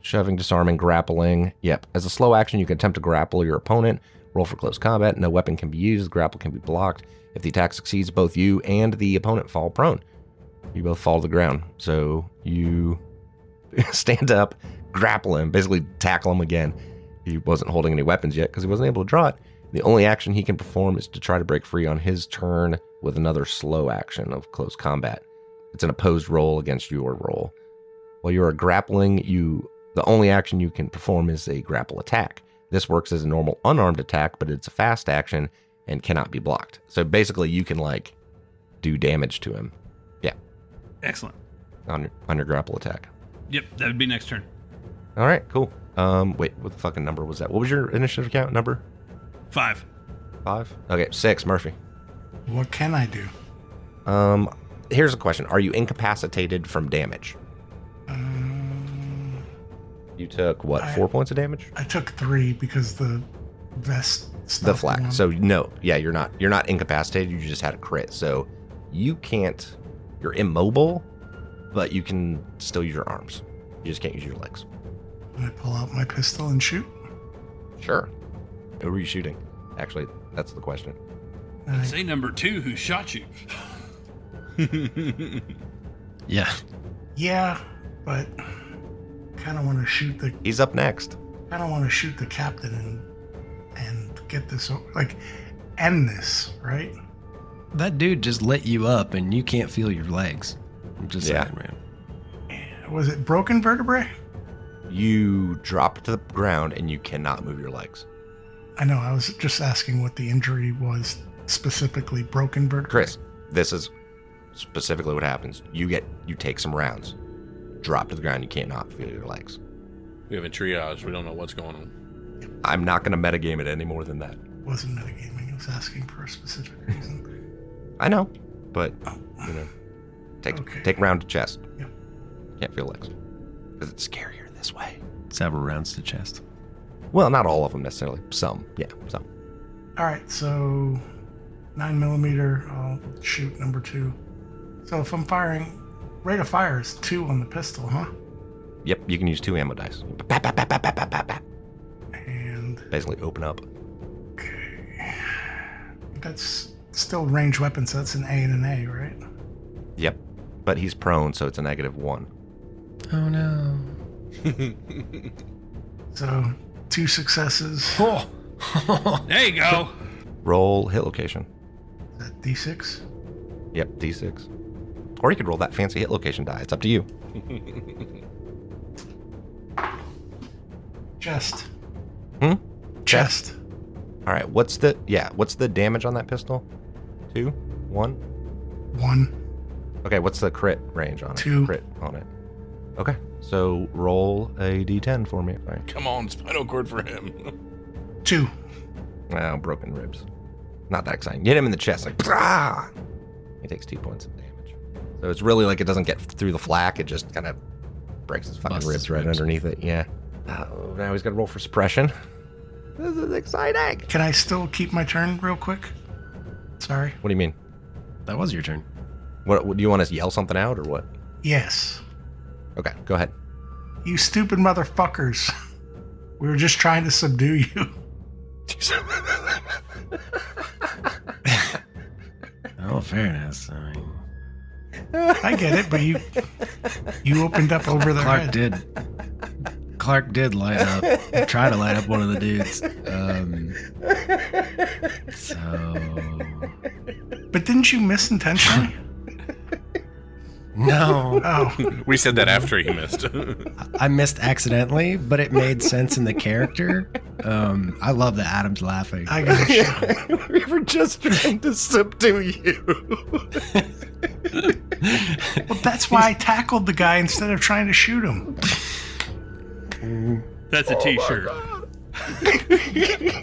S2: Shoving, disarming, grappling. Yep. As a slow action, you can attempt to grapple your opponent. Roll for close combat. No weapon can be used. Grapple can be blocked. If the attack succeeds, both you and the opponent fall prone. You both fall to the ground. So you stand up, grapple him, basically tackle him again. He wasn't holding any weapons yet because he wasn't able to draw it. The only action he can perform is to try to break free on his turn with another slow action of close combat. It's an opposed roll against your roll. While you are grappling, you The only action you can perform is a grapple attack. This works as a normal unarmed attack, but it's a fast action and cannot be blocked. So basically, you can like do damage to him
S1: Excellent.
S2: on your, on your grapple attack.
S1: Yep, that would be next turn.
S2: All right, cool. Um, wait, what the fucking number was that? What was your initiative count number?
S1: Five.
S2: Five. Okay, six. Murphy.
S3: What can I do?
S2: Um, here's a question: Are you incapacitated from damage?
S3: Um,
S2: You took what?
S3: I-
S2: Four points of damage.
S3: I took three because the vest.
S2: the
S3: stopped
S2: flak.
S3: one.
S2: So no, yeah, you're not you're not incapacitated. You just had a crit, so you can't. You're immobile, but you can still use your arms. You just can't use your legs.
S3: I pull out my pistol and shoot.
S2: Sure. Who are you shooting? Actually, that's the question.
S3: And I-
S1: Say number two who shot you.
S5: Yeah.
S3: yeah, but kind of want to shoot the
S2: He's up next.
S3: kind of want to shoot the captain and and get this o- like end this right.
S5: That dude just lit you up and you can't feel your legs. I'm just
S2: Yeah.
S5: saying, man.
S3: Was it broken vertebrae?
S2: You drop to the ground and you cannot move your legs.
S3: I know. I was just asking what the injury was specifically. Broken vertebrae.
S2: Chris, this is specifically what happens. You get you take some rounds. Drop to the ground. You cannot feel your legs.
S4: We haven't triage. We don't know what's going on.
S2: I'm not going to metagame it any more than that.
S3: Wasn't metagaming. I was asking for a specific reason.
S2: I know, but you know, take
S3: Okay.
S2: take round to chest.
S3: Yep.
S2: Can't feel legs because it's scarier this way.
S5: Several rounds to chest.
S2: Well, not all of them necessarily. Some, yeah, some.
S3: All right, so nine millimeter. I'll shoot number two. So if I'm firing, rate of fire is two on the pistol, huh?
S2: Yep, you can use two ammo dice. Bap, bap, bap, bap, bap, bap, bap, bap.
S3: And
S2: Basically, open up.
S3: that's still range weapons. So that's an A and an A, right?
S2: Yep, but he's prone, so it's a negative one.
S5: Oh no.
S3: So two successes. Is
S5: Oh.
S1: There you go.
S2: Roll hit location.
S3: that D6?
S2: Yep, d6. Or you could roll that fancy hit location die. It's up to you.
S3: Chest.
S2: Hmm?
S3: Chest.
S2: All right, what's the yeah? What's the damage on that pistol? Two, one.
S3: One.
S2: Okay, what's the crit range on it?
S3: Two.
S2: Crit on it. Okay, so roll a d10 for me. Sorry.
S4: Come on, spinal cord for him.
S3: Two.
S2: Oh, broken ribs. Not that exciting. You hit him in the chest, like, "Brah!" He takes two points of damage. So it's really like it doesn't get through the flak, it just kind of breaks his fucking
S5: Busts
S2: ribs
S5: his
S2: right
S5: ribs.
S2: underneath it. Yeah. Oh, now he's got to roll for suppression. This is exciting.
S3: Can I still keep my turn real quick? Sorry.
S2: What do you mean?
S5: That was your turn.
S2: What, what do you want us to yell something out or what?
S3: Yes.
S2: Okay, go ahead.
S3: You stupid motherfuckers. We were just trying to subdue you.
S5: Oh, fairness. I mean,
S3: I get it, but you you opened up over their
S5: Clark
S3: head.
S5: did. Clark did light up. try to light up one of the dudes. Um, so
S3: But didn't you miss intentionally?
S5: no,
S3: oh,
S4: we said that after he missed.
S5: I missed accidentally, but it made sense in the character. Um, I love that Adam's laughing.
S3: I got you.
S2: we were just trying to subdue you.
S3: Well, that's why I tackled the guy instead of trying to shoot him.
S1: That's a t-shirt.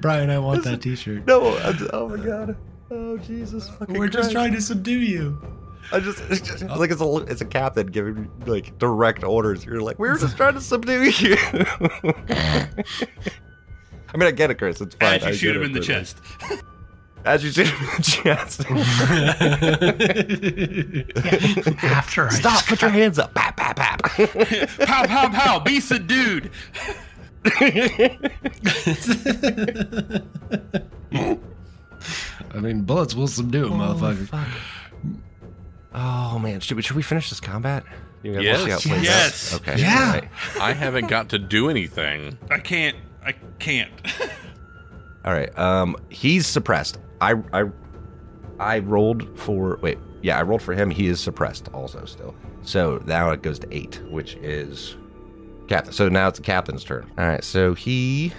S5: Brian, I want that T-shirt.
S2: no, I- oh my god. Oh Jesus. fucking
S5: We're just
S2: Christ.
S5: trying to subdue you.
S2: I just, it's just- like it's a it's a captain giving like direct orders. You're like, we were just trying to subdue you. I mean, I get it, Chris. It's fine.
S1: As you
S2: I
S1: shoot
S2: get
S1: him
S2: it,
S1: in the
S2: but, like,
S1: chest.
S2: As you shoot him in the chest.
S3: After I
S2: Stop! Put your hands up. Pap, pap, pap.
S1: pow, pow, pow. Be subdued.
S5: I mean, bullets will subdue a motherfucker.
S2: Fuck. Oh man, should we should we finish this combat? You guys- we'll see how it plays out.
S4: Yes.
S1: Yes.
S2: Okay.
S5: Yeah.
S2: All right.
S4: I haven't got to do anything.
S1: I can't. I can't.
S2: All right. Um, he's suppressed. I I I rolled for wait, yeah, I rolled for him. He is suppressed also still. So now it goes to eight, which is captain. So now it's the captain's turn. All right, so he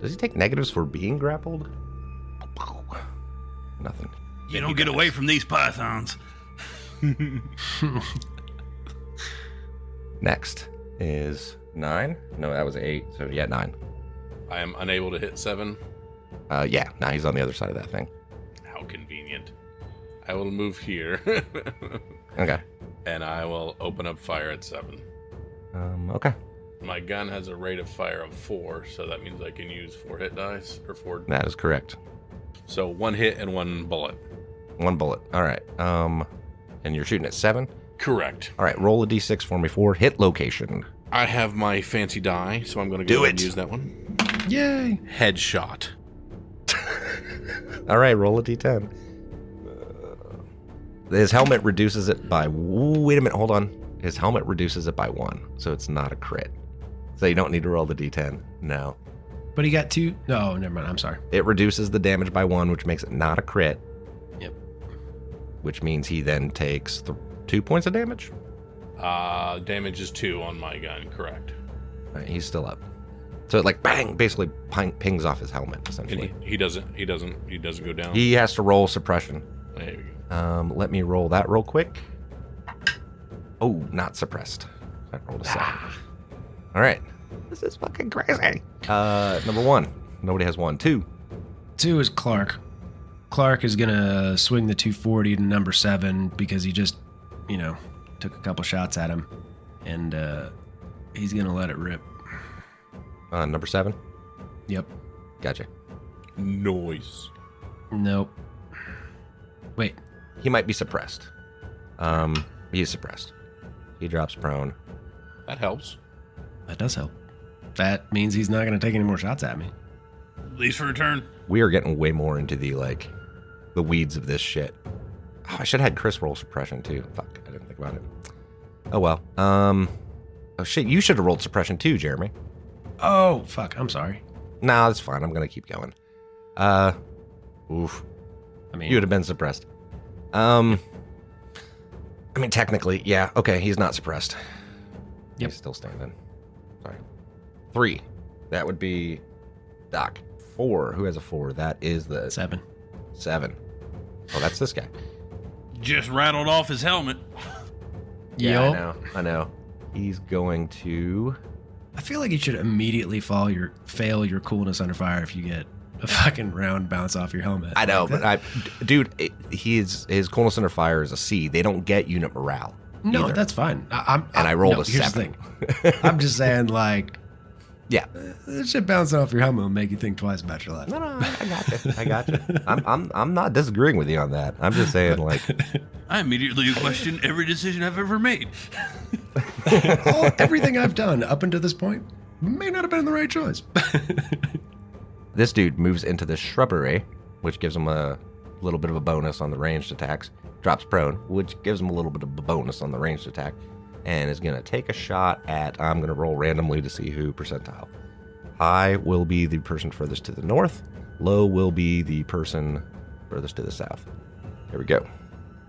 S2: does he take negatives for being grappled? Nothing.
S1: You don't get away from these pythons.
S2: Next is nine. No, that was eight. So yeah, nine.
S4: I am unable to hit seven.
S2: Uh, yeah, now he's on the other side of that thing.
S4: How convenient. I will move here,
S2: Okay.
S4: and I will open up fire at seven.
S2: Um, okay.
S4: My gun has a rate of fire of four, so that means I can use four hit dice or four.
S2: That is correct.
S4: So one hit and one bullet.
S2: One bullet. All right. Um, and you're shooting at seven.
S4: Correct.
S2: All right. Roll a d6 for me for hit location.
S4: I have my fancy die, so I'm going to
S2: Do
S4: go ahead and
S2: it.
S4: use that one.
S5: Yay!
S4: Headshot.
S2: All right. Roll a d10. Uh, his helmet reduces it by. Ooh, wait a minute. Hold on. His helmet reduces it by one, so it's not a crit. So you don't need to roll the d10. No.
S5: But he got two. No, never mind. I'm sorry.
S2: It reduces the damage by one, which makes it not a crit.
S5: Yep.
S2: Which means he then takes th- two points of damage.
S4: Uh, damage is two on my gun. Correct.
S2: All right, he's still up. So it like bang, basically ping, pings off his helmet
S4: And
S2: essentially.
S4: he, he doesn't. He doesn't. He doesn't go down.
S2: He has to roll suppression.
S4: There you go.
S2: Um, let me roll that real quick. Oh, not suppressed. I rolled a seven. All right. Ah. This is fucking crazy. Uh, number one. Nobody has one. Two.
S5: Two is Clark. Clark is gonna swing the 240 to number seven because he just, you know, took a couple shots at him, and uh, he's gonna let it rip.
S2: Uh, number seven.
S5: Yep.
S2: Gotcha.
S4: Noise.
S5: Nope. Wait.
S2: He might be suppressed. Um, he is suppressed. He drops prone.
S4: That helps.
S5: That does help. That means he's not gonna take any more shots at me.
S1: At least for a turn.
S2: We are getting way more into the like, the weeds of this shit. Oh, I should have had Chris roll suppression too. Fuck, I didn't think about it. Oh well. Um, oh shit, you should have rolled suppression too, Jeremy.
S5: Oh fuck! I'm sorry.
S2: Nah, that's fine. I'm gonna keep going. Uh, oof.
S5: I mean,
S2: You would have been suppressed. Um, I mean, technically, yeah. Okay, he's not suppressed.
S5: Yep.
S2: He's still standing. Sorry. Three. That would be Doc. Four. Who has a four? That is the
S5: seven.
S2: seven. Oh, that's this guy.
S1: Just rattled off his helmet.
S2: I
S5: Yup.
S2: know. I know. He's going to.
S5: I feel like you should immediately fall your fail your coolness under fire if you get a fucking round bounce off your helmet.
S2: I know, but I, dude, it, he is his coolness under fire is a C. They don't get unit morale.
S5: no,
S2: either.
S5: that's fine. I, I'm
S2: And I rolled
S5: no,
S2: a
S5: here's
S2: seven.
S5: The thing. I'm just saying, like,
S2: Yeah.
S5: uh, this shit bouncing off your helmet will make you think twice about your life.
S2: No, no, I, I got you. I got you. I'm, I'm, I'm not disagreeing with you on that. I'm just saying, like,
S1: I immediately question every decision I've ever made.
S5: All, everything I've done up until this point may not have been the right choice.
S2: This dude moves into the shrubbery, which gives him a little bit of a bonus on the ranged attacks. Drops prone, which gives him a little bit of a bonus on the ranged attack, and is going to take a shot at. I'm going to roll randomly to see who percentile. High will be the person furthest to the north. Low will be the person furthest to the south. Here we go.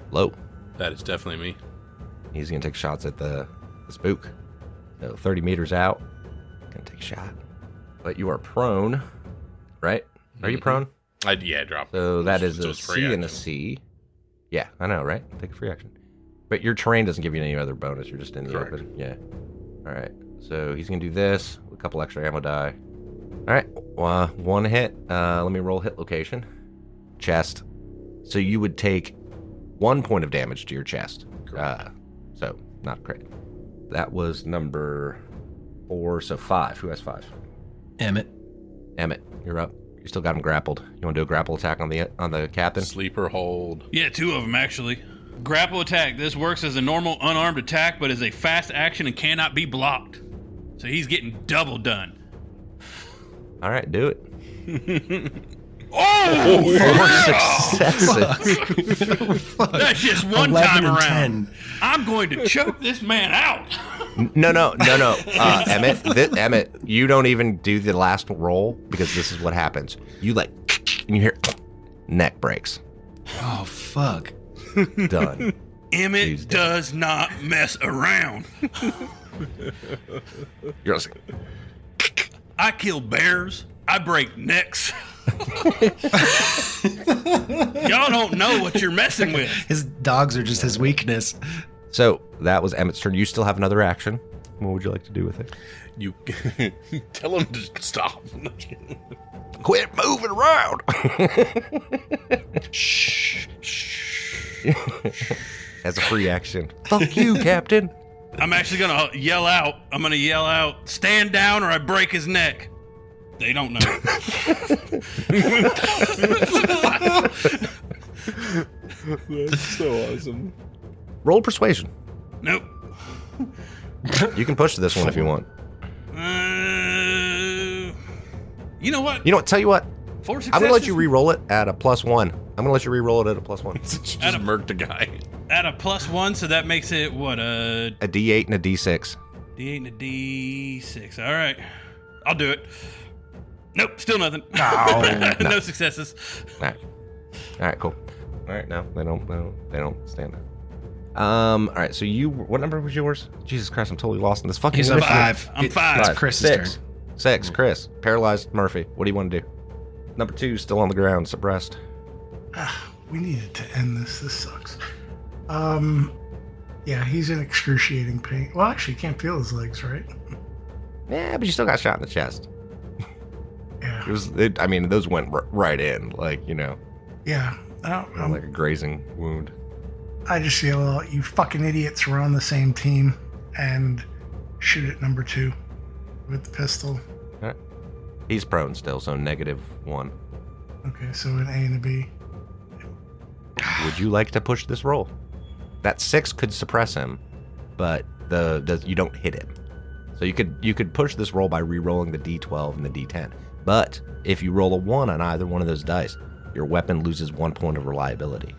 S2: Low.
S4: That is definitely me.
S2: He's going to take shots at the, the spook. So 30 meters out. Going to take a shot. But you are prone, right? Are you
S4: Mhm.
S2: prone?
S4: I yeah drop.
S2: So that is
S4: So
S2: a
S4: it's free
S2: C and a
S4: action.
S2: C. Yeah, I know, right? Take a free action. But your terrain doesn't give you any other bonus. You're just in the
S4: Correct.
S2: open. Yeah. All right. So he's gonna do this. A couple extra ammo die. All right. Uh, one hit. Uh, let me roll hit location. Chest. So you would take one point of damage to your chest.
S4: Correct.
S2: Uh, so not crit. That was number four. So five. Who has five?
S5: Emmett.
S2: Emmett, you're up. You still got him grappled. You want to do a grapple attack on the on the captain?
S4: Sleeper hold.
S1: Yeah, two of them actually. Grapple attack. This works as a normal unarmed attack, but is a fast action and cannot be blocked. So he's getting double done.
S2: All right, do it.
S1: Oh,
S2: Four successes.
S1: that's just one
S5: 11
S1: time
S5: and
S1: around.
S5: 10.
S1: I'm going to choke this man out.
S2: No, no, no, no. Uh, Emmett, th- Emmett, you don't even do the last roll because this is what happens. You like, and you hear neck breaks.
S5: Oh fuck?
S2: Done. Dude's
S1: Emmett
S2: dead.
S1: does not mess around.
S2: You're just
S1: I kill bears. I break necks. Y'all don't know what you're messing with.
S5: His dogs are just his weakness.
S2: So that was Emmett's turn. You still have another action. What would you like to do with it?
S4: You tell him to stop.
S2: Quit moving around.
S5: Shh. shh.
S2: As a free action. Fuck you, Captain.
S1: I'm actually gonna yell out. I'm gonna yell out, "Stand down, or I break his neck." They don't know.
S4: That's so awesome.
S2: Roll persuasion.
S1: nope.
S2: You can push this one if you want.
S1: Uh, you know what?
S2: You know what? Tell you what.
S1: Four
S2: I'm
S1: successes.
S2: gonna let you re-roll it at a plus one. I'm gonna let you re-roll it at a plus one.
S4: Just
S1: Adam.
S4: murked a guy.
S1: at a plus one, so that makes it what a
S2: A D8 and a D6.
S1: D8 and a D6. All right, I'll do it. Nope, still nothing.
S5: Oh.
S1: no. successes.
S2: All right. All right. Cool. All right. No, they don't. They don't, they don't stand up. Um. All right. So you. What number was yours? Jesus Christ! I'm totally lost in this fucking.
S5: He's on
S2: initiative.
S5: five.
S1: I'm
S5: It-
S1: five.
S5: It's Chris's
S2: Six.
S5: turn.
S2: Six. Chris. Paralyzed. Murphy. What do you want to do? Number two still on the ground, suppressed.
S3: Ah, we needed to end this. This sucks. Um, yeah, he's in excruciating pain. Well, actually, you can't feel his legs, right?
S2: Yeah, but you still got shot in the chest. It
S3: Yeah,
S2: was. It, I mean, those went r- right in, like you know,
S3: yeah. I, don't,
S2: kind of like
S3: I'm-
S2: a grazing wound.
S3: I just yell out, "You fucking idiots! We're on the same team!" and shoot at number two with the pistol.
S2: He's prone still, so negative one.
S3: Okay, so an A and a B.
S2: Would you like to push this roll? That six could suppress him, but the, the you don't hit him. So you could you could push this roll by re-rolling the d12 and the d10. But if you roll a one on either one of those dice, your weapon loses one point of reliability.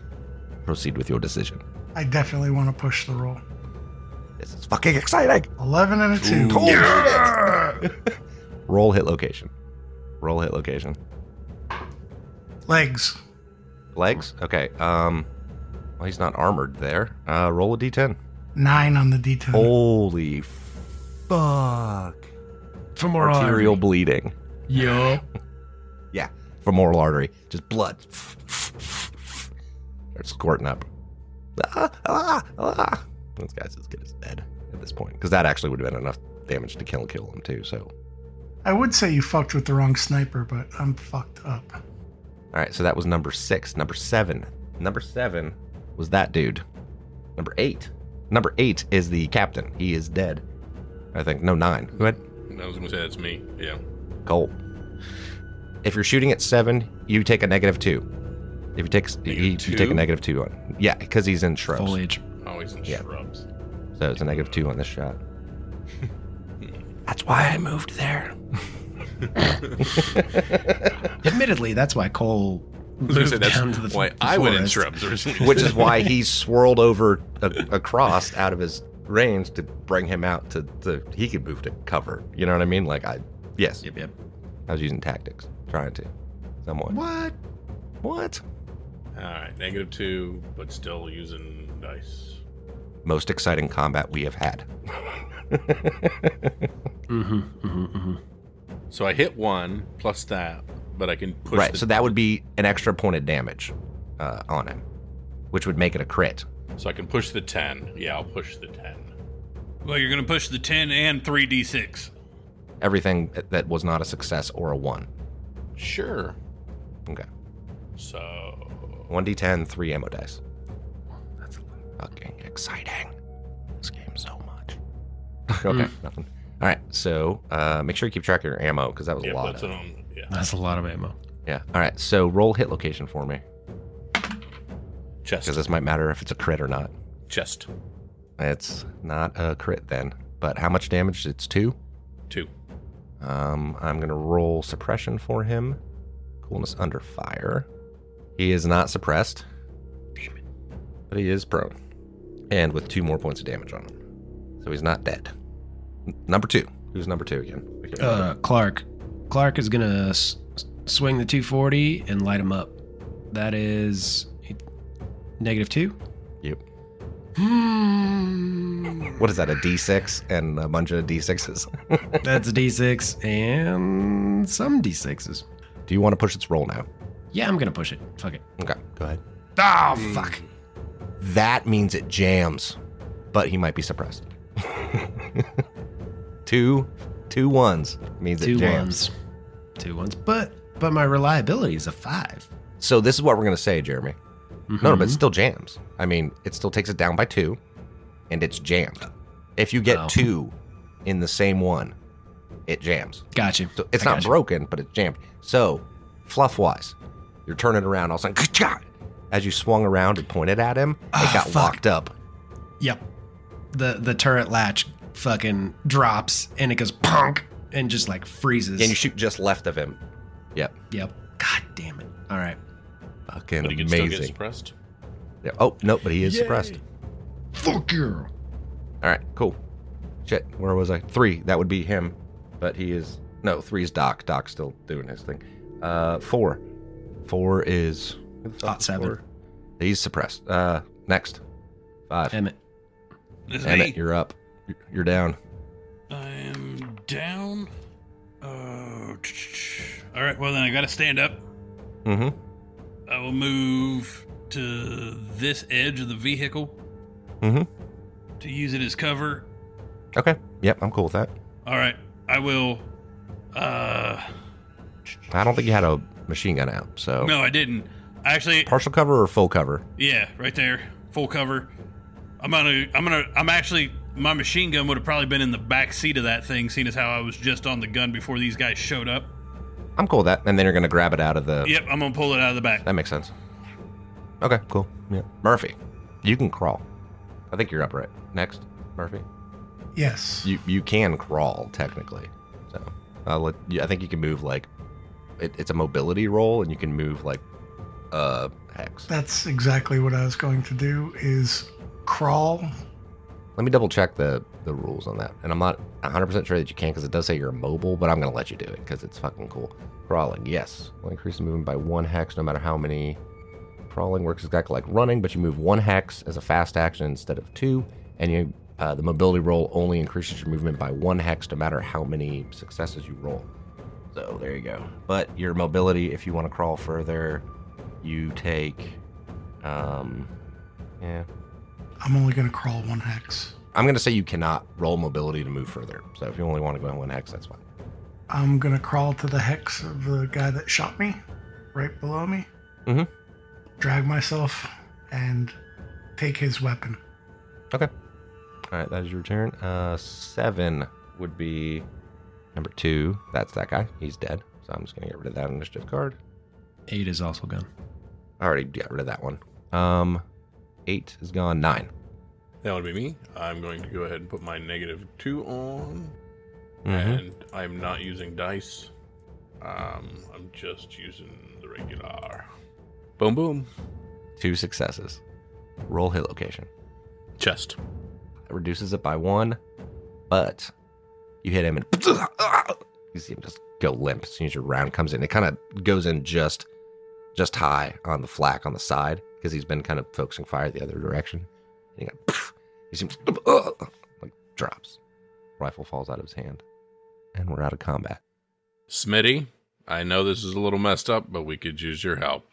S2: Proceed with your decision.
S3: I definitely want to push the roll.
S2: This is fucking exciting.
S3: Eleven and a two.
S4: Ooh.
S2: Holy shit. roll hit location. Roll hit location.
S3: Legs.
S2: Legs. Okay. Um. Well, he's not armored there. Uh, roll a d10.
S3: Nine on the D10.
S2: Holy fuck.
S5: Femoral
S2: arterial
S5: artery.
S2: bleeding.
S5: Yo.
S2: Yeah, femoral artery. Just blood. Starts squirting up. Ah, ah, ah. This guy's as good as dead at this point. Because that actually would have been enough damage to kill kill him too, so.
S3: I would say you fucked with the wrong sniper, but I'm fucked up.
S2: Alright, so that was number six. Number seven. Number seven was that dude. Number eight. Number eight is the captain. He is dead. I think. No, nine. Who had
S4: I was gonna say that's me. Yeah.
S2: Colt. If you're shooting at seven, you take a negative two. If you take you,
S4: Negative
S2: you take a
S4: two?
S2: negative two on yeah, because he's in shrubs,
S5: Foliage.
S4: Always Oh, in
S2: Yeah.
S4: shrubs.
S2: so it's a negative two on this shot. That's why I moved there.
S5: Admittedly, that's why Cole
S4: I was
S5: moved
S4: gonna say,
S5: down to the
S4: that's why I went in
S5: forest.
S4: shrubs. originally.
S2: Which is why he swirled over a, across out of his range to bring him out to, to he could move to cover. You know what I mean? Like I yes,
S5: Yep, yep.
S2: I was using tactics, trying to somewhat.
S5: What?
S2: What?
S4: All right, negative two, but still using dice.
S2: Most exciting combat we have had.
S5: Mm-hmm, mm-hmm, mm-hmm.
S4: So I hit one plus that, but I can push.
S2: right,
S4: the-
S2: so that would be an extra point of damage uh, on him, which would make it a crit.
S4: so I can push the ten. Yeah, I'll push the ten.
S1: Well, you're gonna push the ten and three D6.
S2: Everything that- that was not a success or a one.
S4: Sure.
S2: Okay.
S4: So
S2: 1d10, 3 ammo dice.
S4: that's a lot.
S2: Fucking exciting. This game so much. okay, nothing. All right, so uh, make sure you keep track of your ammo because that was a
S4: Yeah,
S2: lot.
S4: that's
S2: of-
S4: what I'm- yeah.
S5: That's a lot of ammo.
S2: yeah. All right, so roll hit location for me
S4: Chest.
S2: because this might matter if it's a crit or not.
S4: Chest.
S2: It's not a crit then, but how much damage? It's two.
S4: Two.
S2: Um, I'm gonna roll suppression for him. Coolness under fire. He is not suppressed.
S4: Damn it.
S2: But he is prone. And with two more points of damage on him. So he's not dead. N- number two. Who's number two again? I can't remember.
S5: Uh, Clark. Clark is gonna s- swing the 240 and light him up. That is Negative two.
S2: Yep.
S5: Hmm.
S2: What is that? A D6 and a bunch of D6s.
S5: That's a d6 and some d6s.
S2: Do you want to push its roll now?
S5: Yeah, I'm gonna push it. Fuck it.
S2: Okay, go ahead.
S5: Oh fuck.
S2: That means it jams, but he might be suppressed. two, two ones means
S5: Two
S2: it jams.
S5: ones. Two ones. But but my reliability is a five. Mm-hmm.
S2: So this is what we're gonna say, Jeremy. No, no, but it still jams. I mean, it still takes it down by two, and it's jammed. If you get
S5: Oh.
S2: two in the same one, it jams.
S5: Gotcha.
S2: So it's
S5: I
S2: not
S5: gotcha.
S2: broken, but it's jammed. So, fluff wise, you're turning around all of a sudden. ka-cha! As you swung around and pointed at him, it
S5: Ah,
S2: got
S5: fuck.
S2: locked up.
S5: Yep. The the turret latch fucking drops and it goes punk and just like freezes.
S2: And you shoot just left of him. Yep.
S5: yep. God damn it. All right.
S2: Fucking
S6: But he can still get
S2: amazing.
S6: suppressed.
S2: Yeah. Oh, no, but he is suppressed.
S5: Fuck you.
S2: All right, cool. Shit, where was I? Three, that would be him, but he is no three is Doc. Doc's still doing his thing. Uh, four, four is who the fuck
S5: Hot
S2: is
S5: seven.
S2: four? He's suppressed. Uh, next, five.
S5: Damn it.
S1: That's
S2: Damn
S1: me.
S2: it, you're up. You're- You're down.
S1: I am down. Uh, all right. Well, then I got to stand up.
S2: Mm-hmm.
S1: I will move to this edge of the vehicle
S2: Mhm.
S1: to use it as cover.
S2: Okay. Yep, I'm cool with that.
S1: All right. I will. Uh,
S2: I don't think you had a machine gun out, so
S1: no, I didn't. Actually,
S2: partial cover or full cover.
S1: yeah, right there, full cover. I'm gonna, I'm gonna, I'm actually. My machine gun would have probably been in the back seat of that thing, seeing as how I was just on the gun before these guys showed up.
S2: I'm cool with that, and then you're gonna grab it out of the.
S1: Yep, I'm gonna pull it out of the back.
S2: That makes sense. Okay, cool. Yeah, Murphy, you can crawl. I think you're up, right? Next, Murphy.
S3: Yes.
S2: you you can crawl technically so I'll let you, i think you can move like it, it's a mobility roll and you can move like uh hex
S3: That's exactly what I was going to do is crawl.
S2: let me double check the the rules on that and i'm not 100% sure that you can because it does say you're mobile but i'm gonna let you do it because it's fucking cool crawling yes will increase the movement by one hex no matter how many crawling works exactly like running but you move one hex as a fast action instead of two and you uh, the mobility roll only increases your movement by one hex no matter how many successes you roll So there you go. But your mobility, if you want to crawl further, you take. Um, yeah.
S3: I'm only going to crawl one hex.
S2: I'm going to say you cannot roll mobility to move further. So if you only want to go in one hex, that's fine.
S3: I'm going to crawl to the hex of the guy that shot me, right below me.
S2: Mhm.
S3: Drag myself and take his weapon.
S2: All right, that is your turn. Uh, seven would be number two. That's that guy. He's dead. So I'm just going to get rid of that initiative card.
S5: Eight is also gone.
S2: I already got rid of that one. Um, eight is gone. Nine.
S4: That would be me. I'm going to go ahead and put my negative two on,
S2: Mhm.
S4: and I'm not using dice. Um, I'm just using the regular. Boom, boom.
S2: Two successes. Roll hit location.
S4: Chest.
S2: It reduces it by one, but you hit him and you see him just go limp as soon as your round comes in. It kind of goes in just just high on the flak on the side because he's been kind of focusing fire the other direction. And he, got, he seems like drops. Rifle falls out of his hand, and we're out of combat.
S4: Smitty, I know this is a little messed up, but we could use your help.